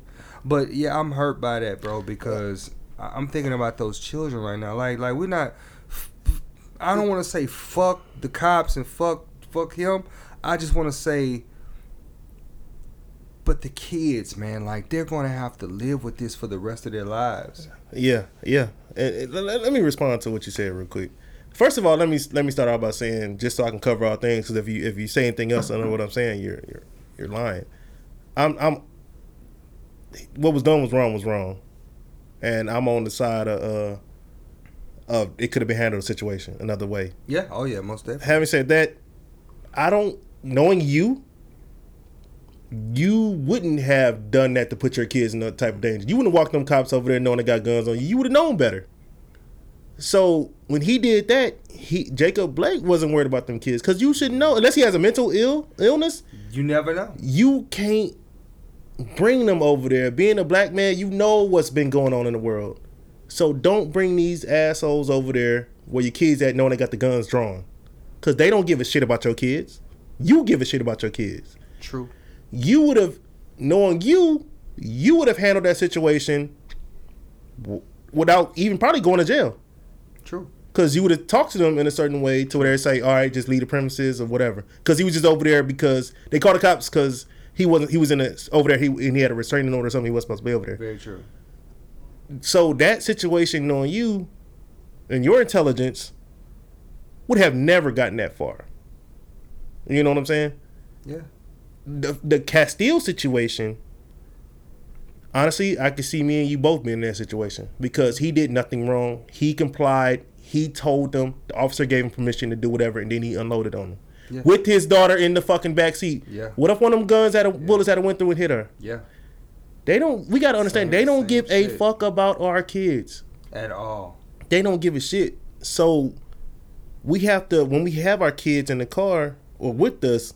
Speaker 2: But yeah, I'm hurt by that, bro, because I- I'm thinking about those children right now. Like like we're not. f- f- I don't want to say fuck the cops and fuck fuck him. I just want to say. But the kids, man, like they're going to have to live with this for the rest of their lives.
Speaker 1: Yeah, yeah. And- and let, let- let me respond to what you said real quick. First of all, let me let me start out by saying just so I can cover all things because if you if you say anything else under what I'm saying, you're you're you're lying. I'm I'm. What was done was wrong was wrong, and I'm on the side of uh of it could have been handled a situation another way.
Speaker 2: Yeah. Oh yeah, most definitely.
Speaker 1: Having said that, I don't knowing you. You wouldn't have done that to put your kids in that type of danger. You wouldn't have walked them cops over there knowing they got guns on you. You would have known better. So when he did that, he Jacob Blake wasn't worried about them kids because you should know unless he has a mental ill illness,
Speaker 2: You never know.
Speaker 1: you can't bring them over there. Being a black man, you know what's been going on in the world. So don't bring these assholes over there where your kids at knowing they got the guns drawn. Cause they don't give a shit about your kids. You give a shit about your kids.
Speaker 2: True.
Speaker 1: You would have knowing you, you would have handled that situation w- without even probably going to jail.
Speaker 2: True.
Speaker 1: Cause you would have talked to them in a certain way to where they say, "All right, just leave the premises or whatever." Cause he was just over there because they called the cops because he wasn't. He was in a, over there. He and he had a restraining order or something. He wasn't supposed to be over there.
Speaker 2: Very true.
Speaker 1: So that situation, knowing you and your intelligence, would have never gotten that far. You know what I'm saying?
Speaker 2: Yeah.
Speaker 1: The the Castile situation. Honestly, I could see me and you both being in that situation because he did nothing wrong. He complied. He told them. The officer gave him permission to do whatever, and then he unloaded on them
Speaker 2: Yeah.
Speaker 1: with his daughter in the fucking backseat.
Speaker 2: Yeah.
Speaker 1: What if one of them guns had a bullets had a went through and hit her?
Speaker 2: Yeah.
Speaker 1: They don't. We gotta understand.
Speaker 2: Same-
Speaker 1: they don't
Speaker 2: same
Speaker 1: give a
Speaker 2: shit.
Speaker 1: fuck about our kids.
Speaker 2: At all.
Speaker 1: They don't give a shit. So we have to when we have our kids in the car or with us.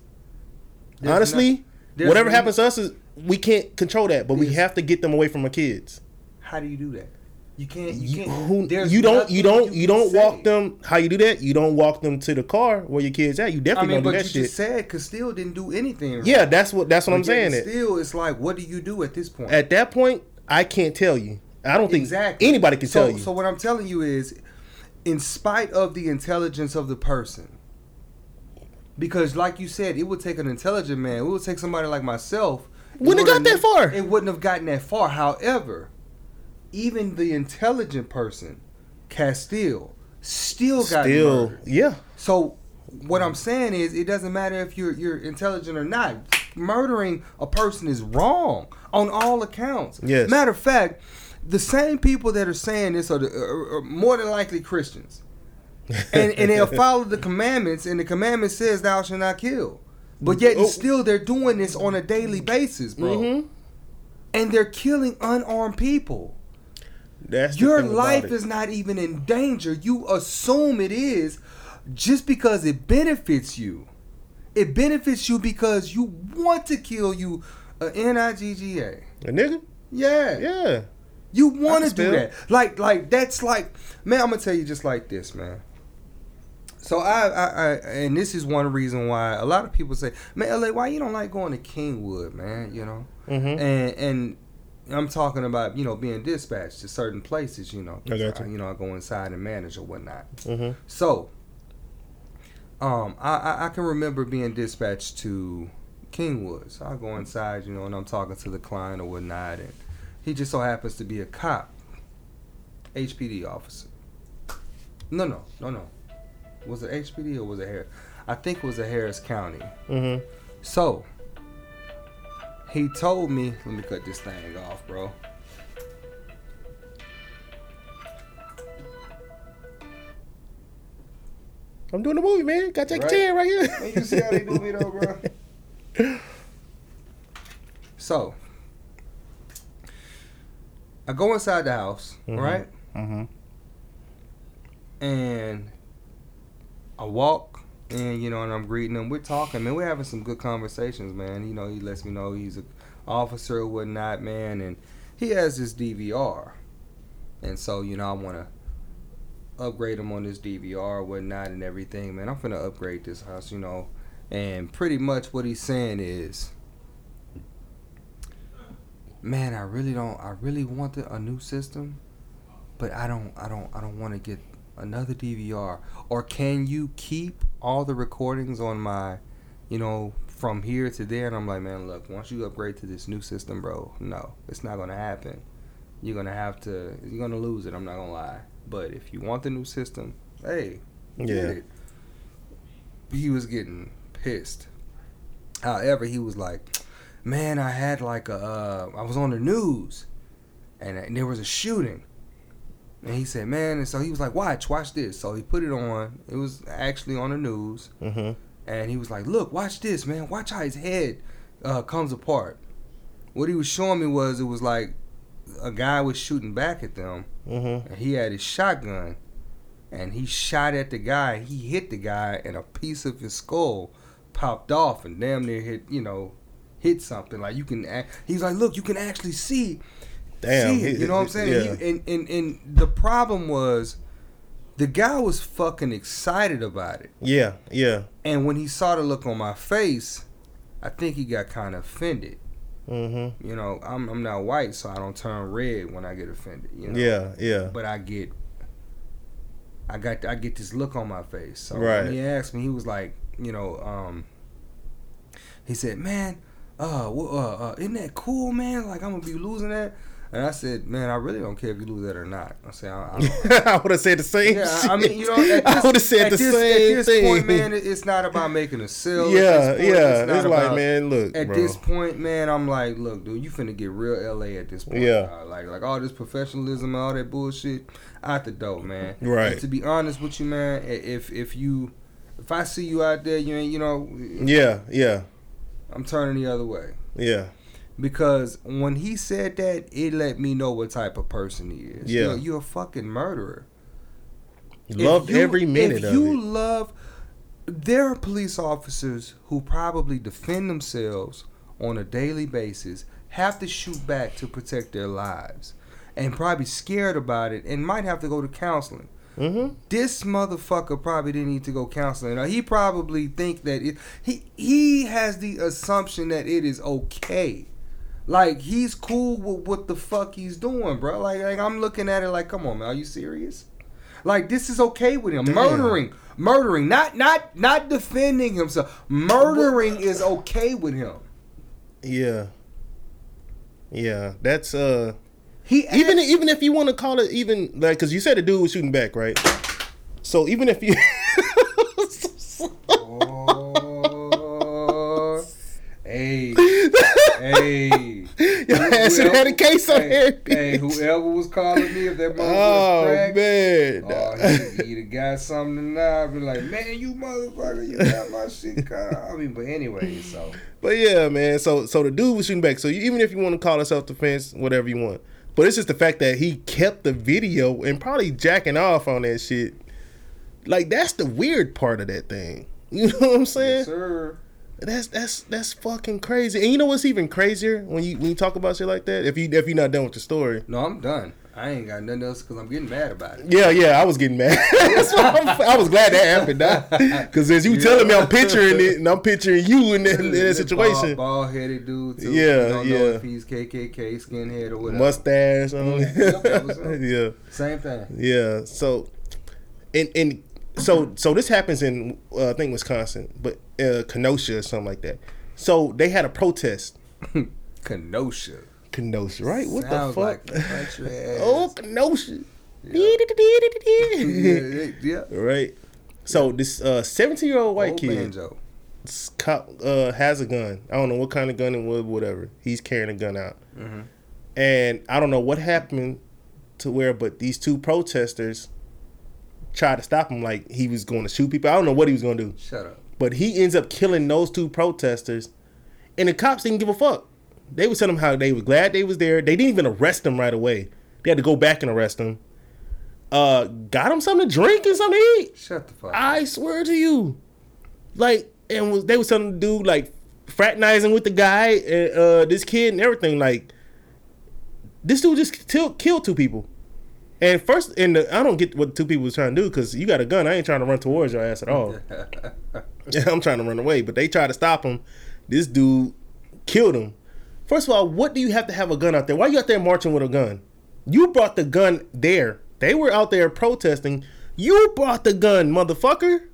Speaker 2: There's
Speaker 1: honestly,
Speaker 2: no- there's
Speaker 1: whatever
Speaker 2: no-
Speaker 1: happens to us is we can't control that, but we
Speaker 2: There's-
Speaker 1: have to get them away from our kids.
Speaker 2: How do you do that? You can't. You,
Speaker 1: You,
Speaker 2: can't.
Speaker 1: who-
Speaker 2: there's
Speaker 1: you don't
Speaker 2: nothing
Speaker 1: you don't you,
Speaker 2: can
Speaker 1: don't
Speaker 2: say.
Speaker 1: walk them how you do that? You don't walk them to the car where your kids at. You
Speaker 2: I
Speaker 1: definitely
Speaker 2: mean,
Speaker 1: don't
Speaker 2: but
Speaker 1: do
Speaker 2: you
Speaker 1: that shit.
Speaker 2: just said Castile didn't do anything. Right.
Speaker 1: yeah, that's what that's what
Speaker 2: But
Speaker 1: I'm
Speaker 2: yet
Speaker 1: saying.
Speaker 2: and
Speaker 1: It.
Speaker 2: Still, it's like, what do you do at this point?
Speaker 1: At that point, I can't tell you. I don't think
Speaker 2: exactly.
Speaker 1: anybody can
Speaker 2: so,
Speaker 1: tell you.
Speaker 2: So what I'm telling you is, in spite of the intelligence of the person, because like you said, it would take an intelligent man. It would take somebody like myself. in
Speaker 1: Wouldn't have
Speaker 2: order
Speaker 1: got
Speaker 2: to-
Speaker 1: that far.
Speaker 2: It wouldn't have gotten that far. However, even the intelligent person, Castile, still got
Speaker 1: Still,
Speaker 2: murdered.
Speaker 1: yeah.
Speaker 2: So what I'm saying is, it doesn't matter if you're you're intelligent or not. Murdering a person is wrong on all accounts.
Speaker 1: Yes.
Speaker 2: Matter of fact, the same people that are saying this are, the, are, are more than likely Christians, and and they'll follow the commandments, and the commandment says, "Thou shalt not kill." But yet, and
Speaker 1: Oh.
Speaker 2: still, they're doing this on a daily basis, bro.
Speaker 1: Mhm.
Speaker 2: And they're killing unarmed people.
Speaker 1: That's the
Speaker 2: Your
Speaker 1: thing about
Speaker 2: life
Speaker 1: it.
Speaker 2: is not even in danger. You assume it is just because it benefits you. It benefits you because you want to kill you. Uh, N-I-G-G-A.
Speaker 1: a nigga.
Speaker 2: Yeah.
Speaker 1: Yeah.
Speaker 2: You want
Speaker 1: I
Speaker 2: to
Speaker 1: can
Speaker 2: do
Speaker 1: feel.
Speaker 2: that. Like, like that's like, man, I'm going to tell you just like this, man. So I, I, I, and this is one reason why a lot of people say, man, LA, why you don't like going to Kingwood, man, you know?
Speaker 1: Mm-hmm.
Speaker 2: and and I'm talking about you know being dispatched to certain places. You know, 'cause
Speaker 1: I got you.
Speaker 2: know, I go inside and manage or whatnot.
Speaker 1: Mhm.
Speaker 2: So, um, I, I I can remember being dispatched to Kingwood. So I go inside, you know, and I'm talking to the client or whatnot, and He just so happens to be a cop, HPD officer. No, no, no, no. Was it HPD or was it Harris? I think it was a Harris County.
Speaker 1: Mm-hmm.
Speaker 2: So he told me, let me cut this thing off, bro.
Speaker 1: I'm doing the movie, man. Got Jackie
Speaker 2: Right.
Speaker 1: Chan right here.
Speaker 2: Man, you see how they do me though, bro? So I go inside the house,
Speaker 1: Mhm.
Speaker 2: right?
Speaker 1: Mm-hmm.
Speaker 2: And I walk and you know, and I'm greeting him. We're talking, man. We're having some good conversations, man. You know, he lets me know he's a officer or whatnot, man, and he has this DVR. And so, you know, I wanna upgrade him on this DVR or whatnot and everything, man. I'm finna upgrade this house, you know. And pretty much what he's saying is Man, I really don't I really want the, a new system, but I don't I don't I don't wanna get another DVR or can you keep all the recordings on my you know from here to there and I'm like man look once you upgrade to this new system bro no it's not going to happen you're going to have to you're going to lose it I'm not going to lie but if you want the new system hey get
Speaker 1: Yeah.
Speaker 2: it he was getting pissed however he was like man I had like a uh, I was on the news and, and there was a shooting and he said, "Man," and so he was like, "Watch, watch this." So he put it on. It was actually on the news,
Speaker 1: Mm-hmm.
Speaker 2: and he was like, "Look, watch this, man. Watch how his head uh, comes apart." What he was showing me was it was like a guy was shooting back at them,
Speaker 1: Mm-hmm.
Speaker 2: and he had his shotgun, and he shot at the guy. He hit the guy, and a piece of his skull popped off, and damn near hit, you know, hit something. Like you can, act, he's like, "Look, you can actually see
Speaker 1: Damn.
Speaker 2: see it.
Speaker 1: he-
Speaker 2: You know what I'm saying?
Speaker 1: Yeah.
Speaker 2: He- and, and and the problem was, the guy was fucking excited about it,
Speaker 1: yeah. Yeah.
Speaker 2: and when he saw the look on my face, I think he got kind of offended.
Speaker 1: Mm-hmm.
Speaker 2: You know, I'm I'm not white, so I don't turn red when I get offended. You know,
Speaker 1: Yeah. Yeah.
Speaker 2: but I get, I got I get this look on my face. So
Speaker 1: Right.
Speaker 2: when he asked me, he was like, you know, um, he said, man, uh, wh- uh, uh, isn't that cool, man? Like I'm gonna be losing that. And I said, man, I really don't care if you lose that or not. I said, I, I don't,
Speaker 1: I would have said the same.
Speaker 2: yeah, I I mean, you know,
Speaker 1: shit.
Speaker 2: at
Speaker 1: I
Speaker 2: this,
Speaker 1: would have said
Speaker 2: at
Speaker 1: the
Speaker 2: this,
Speaker 1: same
Speaker 2: at this
Speaker 1: thing.
Speaker 2: point, man, it- it's not about making a sale. At
Speaker 1: yeah,
Speaker 2: this point,
Speaker 1: yeah. It's,
Speaker 2: not
Speaker 1: like,
Speaker 2: about-
Speaker 1: man, look,
Speaker 2: At
Speaker 1: bro.
Speaker 2: this point, man, I'm like, look, dude, you finna get real LA at this point.
Speaker 1: Yeah.
Speaker 2: dog. Like, like all this professionalism and all that bullshit out the door, man.
Speaker 1: Right.
Speaker 2: And to be honest with you, man, i- if if you if I see you out there, you ain't, you know,
Speaker 1: yeah, yeah,
Speaker 2: I'm turning the other way
Speaker 1: yeah,
Speaker 2: because when he said that, it let me know what type of person he is.
Speaker 1: Yeah.
Speaker 2: You know, you're a fucking murderer. If
Speaker 1: Loved
Speaker 2: you-
Speaker 1: every minute
Speaker 2: if
Speaker 1: of
Speaker 2: you
Speaker 1: it.
Speaker 2: love there are police officers who probably defend themselves on a daily basis have to shoot back to protect their lives and probably scared about it and might have to go to counseling
Speaker 1: Mm-hmm.
Speaker 2: this motherfucker probably didn't need to go counseling Now, he probably think that it, he he has the assumption that it is okay like he's cool with what the fuck he's doing bro like, like i'm looking at it like come on man are you serious like this is okay with him.
Speaker 1: Damn.
Speaker 2: Murdering, murdering, not not not defending himself. Murdering is okay with him.
Speaker 1: Yeah, yeah. That's uh,
Speaker 2: He
Speaker 1: even
Speaker 2: asked-
Speaker 1: even if you want to call it even like, cause you said the dude was shooting back, right? So even if you,
Speaker 2: Oh, hey, hey.
Speaker 1: your ass should have had a case on
Speaker 2: hey,
Speaker 1: hand.
Speaker 2: hey, whoever was calling me if that mother was
Speaker 1: Oh
Speaker 2: cracked,
Speaker 1: man,
Speaker 2: Oh, he either got something tonight. Be like, man, you motherfucker, you got my shit. Caught. I mean, but anyway, so
Speaker 1: But yeah, man. So so the dude was shooting back. So you, even if you want to call it self defense, whatever you want. But it's just the fact that he kept the video and probably jacking off on that shit. Like that's the weird part of that thing. You know what I'm saying?
Speaker 2: yes, sir.
Speaker 1: that's that's that's fucking crazy. And you know what's even crazier when you when you talk about shit like that? If you if you're not done with the story.
Speaker 2: No, I'm done. I ain't got nothing else because I'm getting mad about it.
Speaker 1: Yeah, yeah, I was getting mad. That's why I'm- i was glad that happened, because as you
Speaker 2: Yeah.
Speaker 1: telling me, I'm picturing it, and I'm picturing you in that, in that situation.
Speaker 2: Bald headed dude. Too.
Speaker 1: Yeah,
Speaker 2: You don't
Speaker 1: yeah.
Speaker 2: Know if he's KKK, skinhead, or whatever.
Speaker 1: Mustache,
Speaker 2: Yep, that was
Speaker 1: on.
Speaker 2: it.
Speaker 1: yeah.
Speaker 2: Same thing.
Speaker 1: Yeah. So, and and so so this happens in uh, I think Wisconsin, but uh, Kenosha or something like that. So they had a protest.
Speaker 2: Kenosha.
Speaker 1: Kenosha, right? What
Speaker 2: Sounds
Speaker 1: the
Speaker 2: like
Speaker 1: fuck?
Speaker 2: a country ass.
Speaker 1: oh, Kenosha.
Speaker 2: yeah, yeah, yeah.
Speaker 1: right. So this uh, seventeen-year-old white
Speaker 2: Old
Speaker 1: kid
Speaker 2: banjo.
Speaker 1: s- cop uh, has a gun. I don't know what kind of gun it was, whatever. He's carrying a gun out,
Speaker 2: Mm-hmm.
Speaker 1: and I don't know what happened to where, but these two protesters tried to stop him, like he was going to shoot people. I don't know what he was going to do,
Speaker 2: Shut up.
Speaker 1: but he ends up killing those two protesters, and the cops didn't give a fuck. They was telling him how they were glad they was there. They didn't even arrest him right away. They had to go back and arrest him. Uh, got him something to drink and something to eat.
Speaker 2: Shut the fuck. up.
Speaker 1: I swear to you, like, and was, they was telling the dude like fraternizing with the guy, and, uh, this kid and everything. Like, this dude just till, killed two people. And first, and the, I don't get what two people was trying to do because you got a gun. I ain't trying to run towards your ass at all. I'm trying to run away, but they tried to stop him. This dude killed him. First of all, what do you have to have a gun out there? Why you out there marching with a gun? You brought the gun there. They were out there protesting. You brought the gun, motherfucker.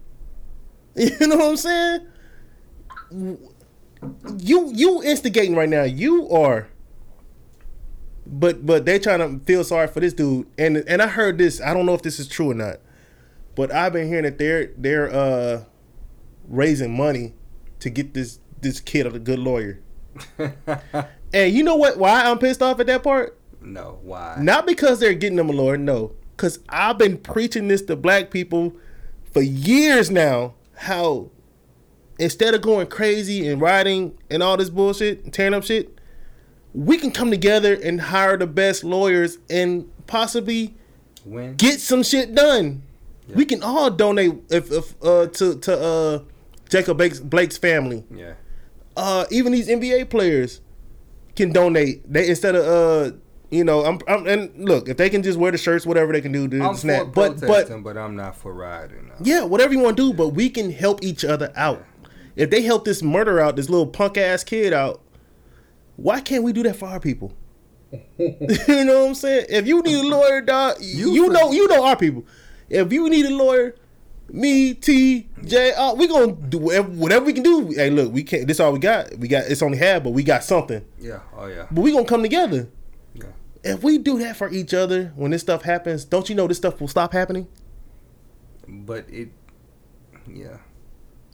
Speaker 1: You know what I'm saying? You you instigating right now. You are. But but they trying to feel sorry for this dude. And and I heard this. I don't know if this is true or not. But I've been hearing that they're they're uh raising money to get this this kid a good lawyer. And you know what? Why I'm pissed off at that part?
Speaker 2: no, why?
Speaker 1: Not because they're getting them a lawyer, no. Because I've been preaching this to black people for years now. How instead of going crazy and rioting and all this bullshit, and tearing up shit, we can come together and hire the best lawyers and possibly
Speaker 2: When?
Speaker 1: get some shit done. We can all donate if, if uh, to to uh, Jacob Blake's, Blake's family
Speaker 2: yeah.
Speaker 1: uh, even these NBA players can donate. They instead of uh, you know, I'm, I'm and look if they can just wear the shirts, whatever they can do to
Speaker 2: I'm
Speaker 1: snap.
Speaker 2: for
Speaker 1: But but
Speaker 2: protesting, but, I'm not for riding. uh,
Speaker 1: yeah, whatever you want to do, but we can help each other out. If they help this murderer out, this little punk ass kid out, why can't we do that for our people? you know what I'm saying? If you need a lawyer, dog, you,
Speaker 2: You
Speaker 1: you
Speaker 2: for-
Speaker 1: know you know our people. If you need a lawyer, me, T, J, uh, we gonna do whatever, whatever we can do. Hey, look, we can't. This all we got. We got it's only half, but we got something.
Speaker 2: Yeah. Oh yeah.
Speaker 1: But we gonna come together.
Speaker 2: Yeah.
Speaker 1: If we do that for each other when this stuff happens, don't you know this stuff will stop happening?
Speaker 2: But it. Yeah.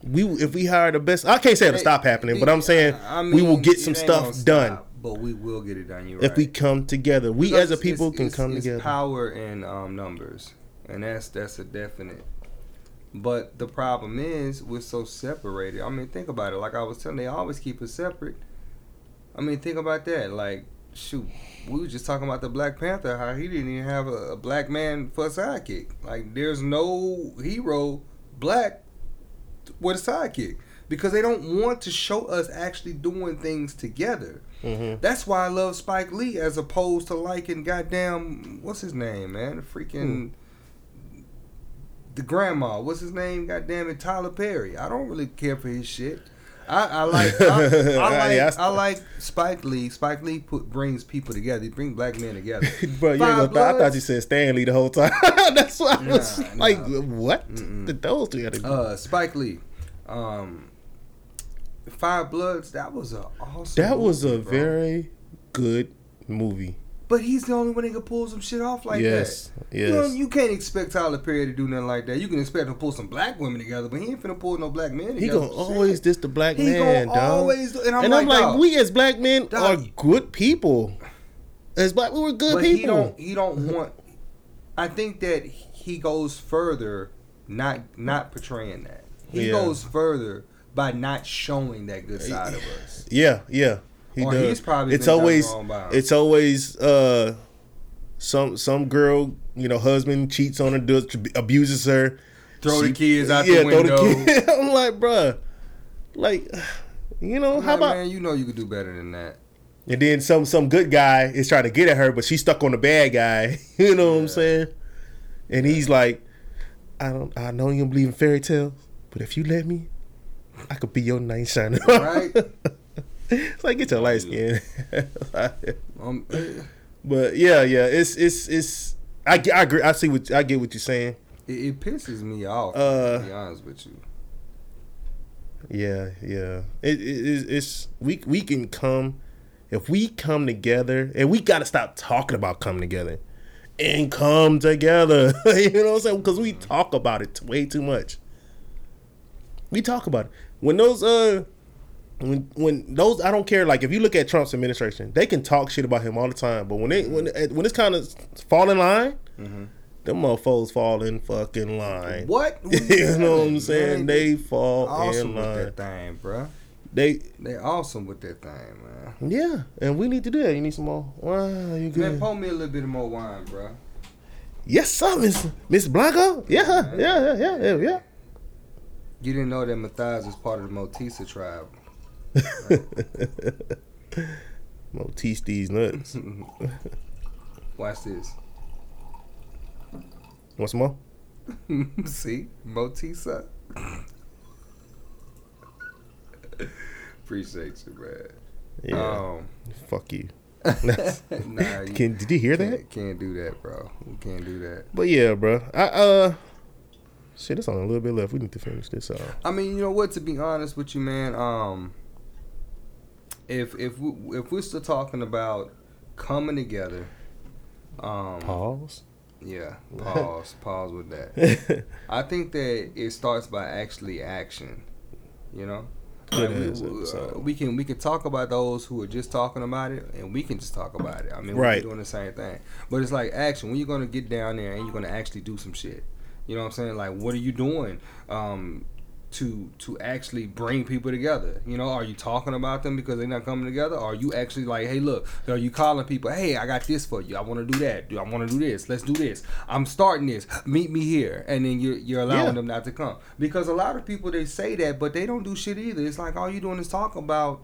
Speaker 1: we if we hire the best i can't say it'll stop happening but i'm saying
Speaker 2: I- I
Speaker 1: we will
Speaker 2: mean,
Speaker 1: get
Speaker 2: it
Speaker 1: some
Speaker 2: ain't
Speaker 1: stuff
Speaker 2: gonna stop,
Speaker 1: done
Speaker 2: But we will get it done. You're
Speaker 1: if
Speaker 2: right.
Speaker 1: we come together we
Speaker 2: Because
Speaker 1: as a
Speaker 2: it's-
Speaker 1: people
Speaker 2: it's-
Speaker 1: can
Speaker 2: it's-
Speaker 1: come
Speaker 2: it's
Speaker 1: together
Speaker 2: Power in um, numbers, and that's that's a definite. But the problem is we're so separated. I mean, think about it. Like I was telling, they always keep us separate. I mean, think about that. Like, shoot, we were just talking about the Black Panther, how he didn't even have a, a black man for a sidekick. Like, there's no hero black with a sidekick because they don't want to show us actually doing things together.
Speaker 1: Mhm.
Speaker 2: That's why I love Spike Lee as opposed to liking goddamn what's his name, man? The freaking the grandma. What's his name? Goddamn it, Tyler Perry. I don't really care for his shit. I, I like I, I like
Speaker 1: Yeah, I-
Speaker 2: I like Spike Lee. Spike Lee put brings people together. He brings black men together.
Speaker 1: Bro, you ain't gonna
Speaker 2: Five
Speaker 1: th- I thought
Speaker 2: Bloods.
Speaker 1: you said Stanley the whole time. That's why I was
Speaker 2: Nah,
Speaker 1: like,
Speaker 2: nah.
Speaker 1: "What did those two have to do?"
Speaker 2: Uh, Spike Lee, um, Five Bloods. That was a awesome.
Speaker 1: that was a
Speaker 2: movie, bro.
Speaker 1: very good movie.
Speaker 2: But he's the only one that can pull some shit off like
Speaker 1: yes,
Speaker 2: that.
Speaker 1: yes.
Speaker 2: You, know, you can't expect Tyler Perry to do nothing like that. You can expect him to pull some black women together, but he ain't finna pull no black men together.
Speaker 1: he gonna
Speaker 2: Shit.
Speaker 1: always diss the black
Speaker 2: He
Speaker 1: man,
Speaker 2: gonna
Speaker 1: dog.
Speaker 2: always. do- And I'm
Speaker 1: and
Speaker 2: like,
Speaker 1: I'm like,
Speaker 2: dog,
Speaker 1: we as black men
Speaker 2: Dog.
Speaker 1: are good people. As black, we were good
Speaker 2: but
Speaker 1: people.
Speaker 2: he don't. He don't want. I think that he goes further, not not portraying that. He
Speaker 1: Yeah.
Speaker 2: goes further by not showing that good side of us.
Speaker 1: Yeah, yeah. He
Speaker 2: Or
Speaker 1: does.
Speaker 2: he's probably
Speaker 1: it's
Speaker 2: been done
Speaker 1: always
Speaker 2: wrong by him.
Speaker 1: it's always uh some some girl, you know, husband cheats on her, does abuses her.
Speaker 2: Throw the
Speaker 1: She-
Speaker 2: kids out the
Speaker 1: throw
Speaker 2: window.
Speaker 1: kid- I'm like, bruh, like, you know, how
Speaker 2: Like,
Speaker 1: about?
Speaker 2: man? You know you could do better than that.
Speaker 1: And then some some good guy is trying to get at her, but she's stuck on the bad guy. you know what I'm saying? And he's like, I don't, I know you don't believe in fairy tales, but if you let me, I could be your knight shiner.
Speaker 2: Right.
Speaker 1: it's like get your light skin.
Speaker 2: Um, it,
Speaker 1: But yeah, yeah, it's it's it's. I, ge- I agree. I see what I get what you're saying.
Speaker 2: it pisses me off.
Speaker 1: Uh,
Speaker 2: to be honest with you.
Speaker 1: Yeah, yeah. It, it it's- it's we we can come if we come together, and we got to stop talking about coming together and come together. you know what I'm saying? Because we talk about it way too much. We talk about it when those uh when when those I don't care. Like if you look at Trump's administration, they can talk shit about him all the time, but when they when when it's kind of fall in line. Them motherfuckers fall in fucking line.
Speaker 2: What?
Speaker 1: you know what I'm saying?
Speaker 2: Man,
Speaker 1: They fall
Speaker 2: awesome
Speaker 1: in
Speaker 2: with
Speaker 1: line.
Speaker 2: that thing, bruh.
Speaker 1: They
Speaker 2: They awesome with that thing, man.
Speaker 1: yeah, and we need to do that. You need some more. Wow, you
Speaker 2: Man,
Speaker 1: good?
Speaker 2: pour me a little bit more wine, bruh.
Speaker 1: Yes, sir, Miss Miss Blanco. Yeah, yeah, yeah, yeah, yeah. yeah.
Speaker 2: You didn't know that Matthias is part of the Motisa tribe.
Speaker 1: Motis these nuts.
Speaker 2: Watch this.
Speaker 1: Want some more?
Speaker 2: See? Motisa. Appreciate you, man.
Speaker 1: Yeah.
Speaker 2: Um,
Speaker 1: Fuck you.
Speaker 2: nah, Uh, you
Speaker 1: Can did you hear that?
Speaker 2: can't, can't do that, bro. You can't do that.
Speaker 1: But yeah, bro. I uh, shit. It's only a little bit left. We need to finish this uh, off.
Speaker 2: I mean, you know what? To be honest with you, man, um, if if we, if we're still talking about coming together, um,
Speaker 1: Pause.
Speaker 2: yeah, pause, pause with that.
Speaker 1: yeah,
Speaker 2: I think that it starts by actually action. You know,
Speaker 1: Good
Speaker 2: Like,
Speaker 1: as
Speaker 2: we,
Speaker 1: episode.
Speaker 2: uh, we can we can talk about those who are just talking about it, and we can just talk about it. I mean,
Speaker 1: Right.
Speaker 2: we're doing the same thing, but it's like action. When you're gonna get down there and you're gonna actually do some shit. You know what I'm saying? Like, what are you doing? Um, to to actually bring people together. You know, are you talking about them because they're not coming together? Are you actually like, hey, look, are you calling people? Hey, I got this for you. I want to do that. Do I want to do this? Let's do this. I'm starting this. Meet me here, and then you're you're allowing
Speaker 1: Yeah.
Speaker 2: them not to come because a lot of people they say that, but they don't do shit either. It's like all you doing is talk about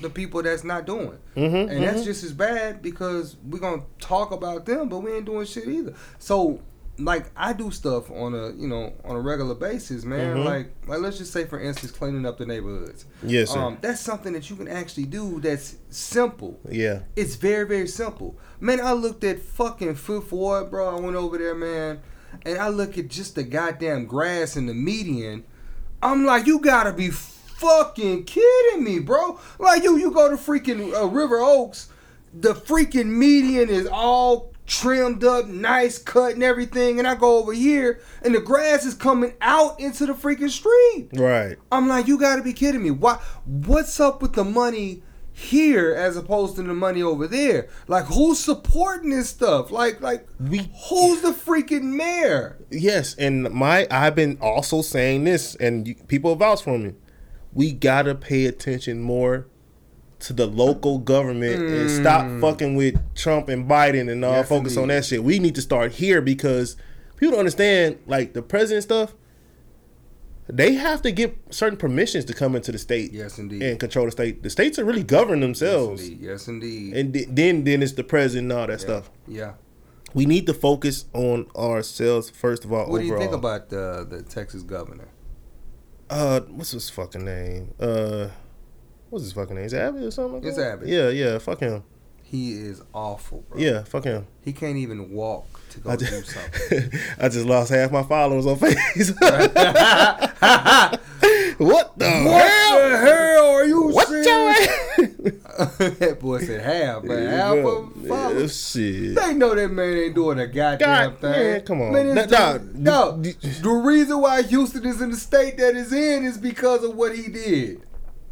Speaker 2: the people that's not doing. And
Speaker 1: Mm-hmm.
Speaker 2: that's just as bad because we're gonna talk about them, but we ain't doing shit either. So like I do stuff on a you know on a regular basis, man.
Speaker 1: Mhm.
Speaker 2: Like like let's just say for instance, cleaning up the neighborhoods.
Speaker 1: Yes, sir.
Speaker 2: Um, that's something that you can actually do. That's simple.
Speaker 1: yeah.
Speaker 2: It's very, very simple. Man, I looked at fucking Fifth Ward, bro. I went over there, man, and I look at just the goddamn grass in the median. I'm like, you gotta be fucking kidding me, bro. Like, you, you go to freaking uh, River Oaks, the freaking median is all trimmed up, nice cut and everything, and I go over here, and the grass is coming out into the freaking street.
Speaker 1: Right.
Speaker 2: I'm like, you gotta be kidding me. Why what's up with the money here as opposed to the money over there? Like who's supporting this stuff? Like like
Speaker 1: We-
Speaker 2: who's the freaking mayor?
Speaker 1: Yes, and my I've been also saying this, and you, people vouch for me. We gotta pay attention more to the local government and stop fucking with Trump and Biden and all.
Speaker 2: Hmm. Yes,
Speaker 1: focus on
Speaker 2: indeed.
Speaker 1: that shit. We need to start here because people don't understand like the president stuff. They have to get certain permissions to come into the state
Speaker 2: Yes indeed.
Speaker 1: and control the state. The states are really govern
Speaker 2: yes
Speaker 1: themselves,
Speaker 2: indeed. Yes indeed.
Speaker 1: and th- then then it's the president and all that stuff.
Speaker 2: yeah.
Speaker 1: We need to focus on ourselves first of all.
Speaker 2: What do you
Speaker 1: overall.
Speaker 2: think about the the Texas governor?
Speaker 1: uh what's his fucking name? Uh what's his fucking name? Is it Abbott or something? Like
Speaker 2: It's
Speaker 1: that?
Speaker 2: Abbott.
Speaker 1: Yeah, yeah, fuck him.
Speaker 2: He is awful, bro.
Speaker 1: Yeah, fuck him.
Speaker 2: He can't even walk to go
Speaker 1: I
Speaker 2: do
Speaker 1: just,
Speaker 2: something.
Speaker 1: I just lost half my followers on Facebook.
Speaker 2: what
Speaker 1: what the
Speaker 2: the hell are you
Speaker 1: What
Speaker 2: serious?
Speaker 1: the
Speaker 2: that boy said half, but half
Speaker 1: hell?
Speaker 2: of followers.
Speaker 1: shit.
Speaker 2: They know that man ain't doing a goddamn
Speaker 1: God,
Speaker 2: thing.
Speaker 1: man, come on.
Speaker 2: Man, it's
Speaker 1: Nah,
Speaker 2: just-
Speaker 1: nah,
Speaker 2: no,
Speaker 1: d- d-
Speaker 2: the reason why Houston is in the state that it's in is because of what he did.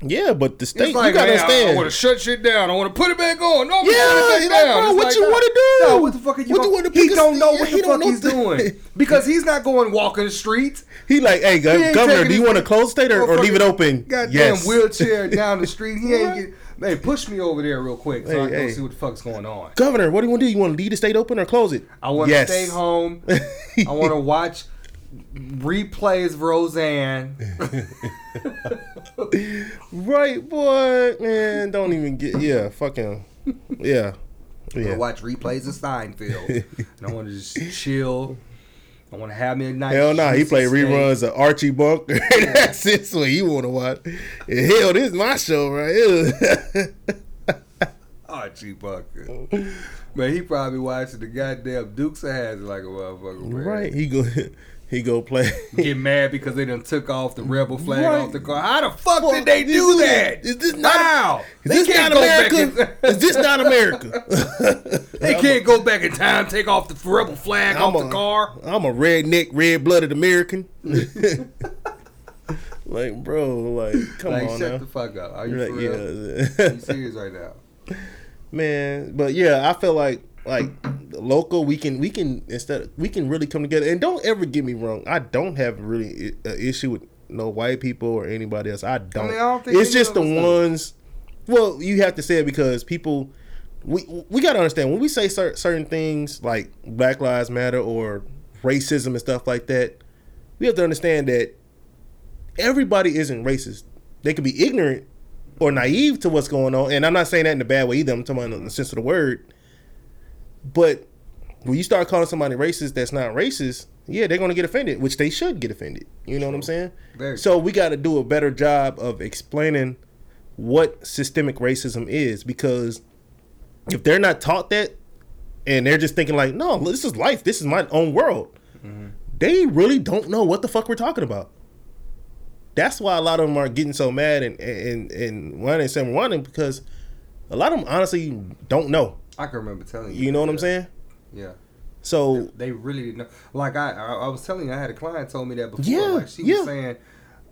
Speaker 1: Yeah, but the
Speaker 2: It's
Speaker 1: state,
Speaker 2: like,
Speaker 1: you gotta
Speaker 2: man, I,
Speaker 1: understand.
Speaker 2: want to shut shit down. I want to put it back on. No, I'm
Speaker 1: Yeah,
Speaker 2: shutting
Speaker 1: like,
Speaker 2: it back
Speaker 1: bro,
Speaker 2: down. It's
Speaker 1: what
Speaker 2: like,
Speaker 1: you
Speaker 2: nah,
Speaker 1: wanna do?
Speaker 2: nah, what the fuck are you
Speaker 1: What you
Speaker 2: gonna-
Speaker 1: wanna
Speaker 2: He
Speaker 1: pick a
Speaker 2: don't know
Speaker 1: state?
Speaker 2: what
Speaker 1: He
Speaker 2: the
Speaker 1: don't
Speaker 2: fuck
Speaker 1: know
Speaker 2: he's
Speaker 1: the-
Speaker 2: doing because he's not going walking the streets.
Speaker 1: he like, hey,
Speaker 2: He ain't
Speaker 1: governor,
Speaker 2: taking
Speaker 1: do you
Speaker 2: his-
Speaker 1: want to close the state or, or leave it
Speaker 2: Motherfucking
Speaker 1: open?
Speaker 2: Goddamn
Speaker 1: yes.
Speaker 2: wheelchair down the street. He ain't
Speaker 1: What?
Speaker 2: get. Hey, push me over there real quick so I
Speaker 1: Hey,
Speaker 2: can go
Speaker 1: hey.
Speaker 2: see what the fuck's going on.
Speaker 1: governor, what do you want to do? You want to leave the state open or close it?
Speaker 2: I want to
Speaker 1: Yes.
Speaker 2: stay home. I want to watch replays of Roseanne.
Speaker 1: Right, boy, man, don't even get. Yeah, fuck him. Yeah,
Speaker 2: I
Speaker 1: yeah.
Speaker 2: watch replays of Seinfeld. and I want to just chill. I want to have me a nice.
Speaker 1: Hell no, he
Speaker 2: juicy
Speaker 1: played
Speaker 2: steak.
Speaker 1: reruns of Archie Bunker. That's this one you want to watch. Yeah, Hell, this is my show right here.
Speaker 2: Archie Bunker. Man, he probably watching the goddamn Dukes of Hazzard like a motherfucker. Man.
Speaker 1: right, he go. He go play.
Speaker 2: Get mad because they done took off the rebel flag
Speaker 1: Right.
Speaker 2: off the car. How the fuck
Speaker 1: Well,
Speaker 2: did they
Speaker 1: this
Speaker 2: do
Speaker 1: is-
Speaker 2: that?
Speaker 1: is this not-
Speaker 2: wow?
Speaker 1: Is
Speaker 2: they
Speaker 1: this
Speaker 2: can't
Speaker 1: not
Speaker 2: go back
Speaker 1: America?
Speaker 2: in-
Speaker 1: Is this not America?
Speaker 2: they can't go back in time, take off the rebel flag
Speaker 1: I'm
Speaker 2: off
Speaker 1: a-
Speaker 2: the car.
Speaker 1: I'm a redneck, red blooded American. like, bro, like, come
Speaker 2: Like,
Speaker 1: on
Speaker 2: shut
Speaker 1: now.
Speaker 2: the fuck up. Are you
Speaker 1: You're
Speaker 2: for
Speaker 1: like,
Speaker 2: real?
Speaker 1: yeah.
Speaker 2: You serious right now?
Speaker 1: man but yeah i feel like like local we can we can instead we can really come together and don't ever get me wrong i don't have really an issue with no white people or anybody else i don't,
Speaker 2: I don't think
Speaker 1: it's
Speaker 2: any
Speaker 1: just the
Speaker 2: of us do.
Speaker 1: ones well you have to say it because people we we got to understand when we say cer- certain things like black lives matter or racism and stuff like that we have to understand that everybody isn't racist. They could be ignorant or naive to what's going on. And I'm not saying that in a bad way either. I'm talking about in the sense of the word. But when you start calling somebody racist that's not racist, yeah, they're going to get offended, which they should get offended. You know what I'm saying?
Speaker 2: Very
Speaker 1: so we got to do a better job of explaining what systemic racism is because if they're not taught that and they're just thinking like, no, this is life. This is my own world. They really don't know what the fuck we're talking about. That's why a lot of them are getting so mad and and and running and running because a lot of them honestly don't know.
Speaker 2: I can remember telling you.
Speaker 1: You know what I'm
Speaker 2: Yeah.
Speaker 1: saying?
Speaker 2: Yeah.
Speaker 1: So
Speaker 2: They really didn't know. Like I, I, I was telling you, I had a client told me that before.
Speaker 1: Yeah,
Speaker 2: like she
Speaker 1: yeah.
Speaker 2: was saying,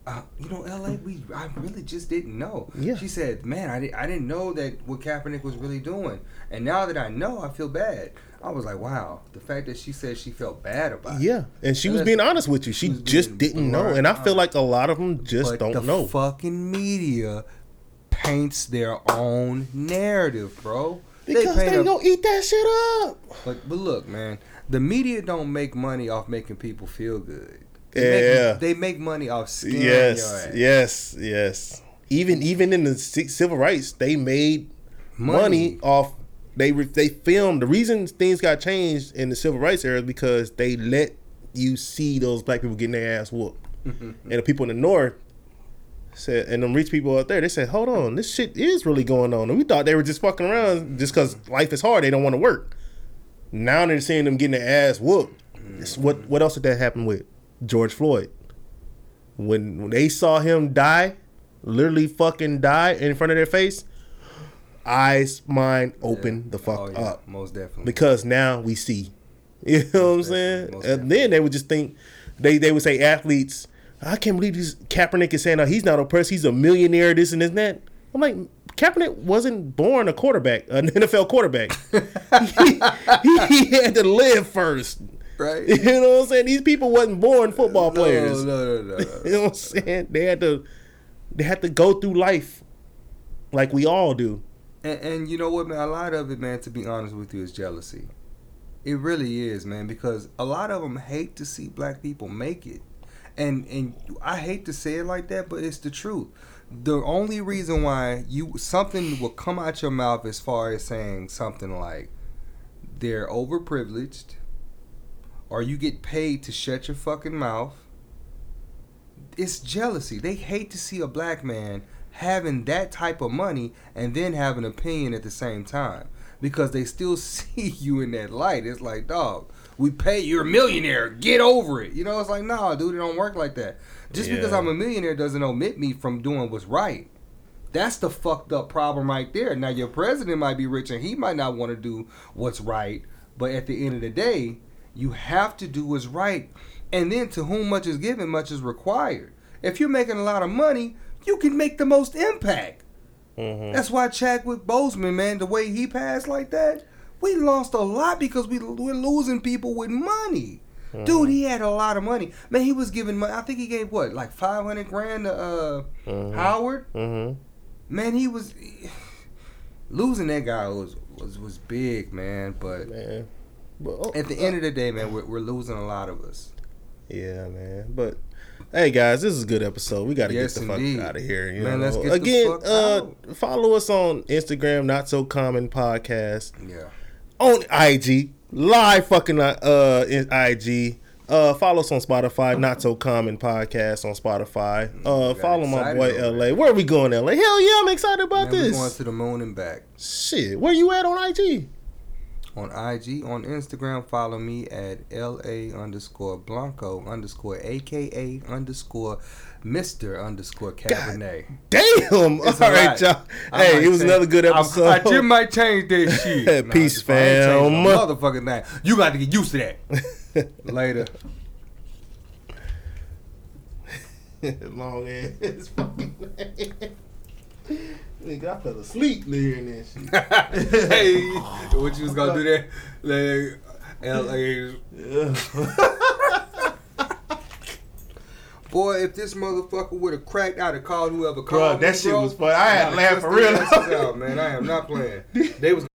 Speaker 2: uh, you know, LA, we, I really just didn't know.
Speaker 1: Yeah.
Speaker 2: She said, man, I, di- I didn't know that what Kaepernick was really doing, and now that I know, I feel bad. I was like, wow, the fact that she said she felt bad about it.
Speaker 1: yeah, and she was
Speaker 2: That's-
Speaker 1: being honest with you. She
Speaker 2: she was
Speaker 1: just
Speaker 2: being
Speaker 1: didn't know,
Speaker 2: blunt
Speaker 1: and I feel like
Speaker 2: honest.
Speaker 1: a lot of them just
Speaker 2: but the
Speaker 1: don't know.
Speaker 2: fucking media paints their own narrative, bro.
Speaker 1: because
Speaker 2: paint
Speaker 1: they,
Speaker 2: a-
Speaker 1: gonna eat that shit up.
Speaker 2: But but look, man, the media don't make money off making people feel good.
Speaker 1: Yeah.
Speaker 2: make, they make money off scaring your
Speaker 1: Yes,
Speaker 2: ass.
Speaker 1: yes, yes. Even even in the ci- civil rights, they made money,
Speaker 2: Money.
Speaker 1: off. They re- they filmed. The reason things got changed in the civil rights era is because they let you see those black people getting their ass whooped, and the people in the north said, and them rich people out there, they said, "Hold on, this shit is really going on." And we thought they were just fucking around just because life is hard. They don't want to work. Now they're seeing them getting their ass whooped. It's- What what else did that happen with George Floyd? when when they saw him die, literally fucking die in front of their face, eyes, mine open the fuck
Speaker 2: Oh, yeah,
Speaker 1: up
Speaker 2: Most definitely.
Speaker 1: because now we see. You know what I'm
Speaker 2: Most
Speaker 1: saying?
Speaker 2: definitely, most
Speaker 1: And then they would just think they they would say athletes, I can't believe this Kaepernick is saying that he's not oppressed, he's a millionaire, this and this and that. I'm like Kaepernick wasn't born a quarterback, an NFL quarterback. he, he, he had to live first.
Speaker 2: right?
Speaker 1: You know what I'm saying? These people wasn't born football players.
Speaker 2: No, no, no, no.
Speaker 1: You know what I'm saying? They had to they had to go through life like we all do.
Speaker 2: and, and you know what, man? A lot of it, man, to be honest with you, is jealousy. It really is, man, because a lot of them hate to see black people make it. And and I hate to say it like that, but it's the truth. The only reason why you something will come out your mouth as far as saying something like they're overprivileged or you get paid to shut your fucking mouth. It's jealousy. They hate to see a black man having that type of money and then have an opinion at the same time because they still see you in that light. It's like, dog, we pay you're a millionaire. Get over it. You know, it's like, nah, dude, it don't work like that. Just because
Speaker 1: Yeah.
Speaker 2: I'm a millionaire doesn't omit me from doing what's right. That's the fucked up problem right there. Now your president might be rich and he might not want to do what's right, but at the end of the day, you have to do what's right. And then to whom much is given, much is required. If you're making a lot of money, you can make the most impact.
Speaker 1: Mm-hmm,
Speaker 2: That's why Chadwick Boseman, man, the way he passed like that, we lost a lot because we we're losing people with money. Dude, he had a lot of money. Man, he was giving money. I think he gave what, like five hundred grand to uh, Howard.
Speaker 1: Mm-hmm.
Speaker 2: Man, he was losing that guy was was was big, man. But
Speaker 1: Man. But, oh,
Speaker 2: at the end of the day, man, we're, we're losing a lot of us.
Speaker 1: yeah, man. But hey guys, this is a good episode. We gotta
Speaker 2: Yes,
Speaker 1: get the
Speaker 2: indeed.
Speaker 1: fuck out of here. You
Speaker 2: Man,
Speaker 1: know?
Speaker 2: let's get the
Speaker 1: Again,
Speaker 2: fuck
Speaker 1: uh follow us on Instagram, not so common podcast.
Speaker 2: Yeah,
Speaker 1: on IG, live fucking uh in IG. Uh, follow us on Spotify, not so common podcast on Spotify. Uh,
Speaker 2: Mm, got
Speaker 1: follow my
Speaker 2: excited
Speaker 1: boy
Speaker 2: over
Speaker 1: LA. Where are we going, LA? Hell yeah, I'm excited about
Speaker 2: man, we're going
Speaker 1: this.
Speaker 2: to the moon and back
Speaker 1: Shit, where you at on IG?
Speaker 2: on IG, on Instagram. Follow me at LA underscore Blanco underscore AKA underscore Mr. underscore Cabernet.
Speaker 1: Damn. All right,
Speaker 2: alright.
Speaker 1: y'all.
Speaker 2: I
Speaker 1: hey,
Speaker 2: might
Speaker 1: it was
Speaker 2: change-
Speaker 1: another good
Speaker 2: I-
Speaker 1: episode.
Speaker 2: I, just might change that shit. Nah,
Speaker 1: Peace,
Speaker 2: if I ain't changed my
Speaker 1: fam.
Speaker 2: Motherfucking name. You got to get used to that. Later.
Speaker 1: Long ass fucking Nigga, I fell asleep hearing that shit.
Speaker 2: hey, what you was gonna do there? Like, L.A. Boy, if this motherfucker would have cracked, I'd have called whoever called.
Speaker 1: that
Speaker 2: me,
Speaker 1: shit
Speaker 2: bro.
Speaker 1: was funny. I had to
Speaker 2: I'd
Speaker 1: laugh
Speaker 2: have
Speaker 1: for
Speaker 2: cussed
Speaker 1: real.
Speaker 2: their asses out, man. I am not playing. They was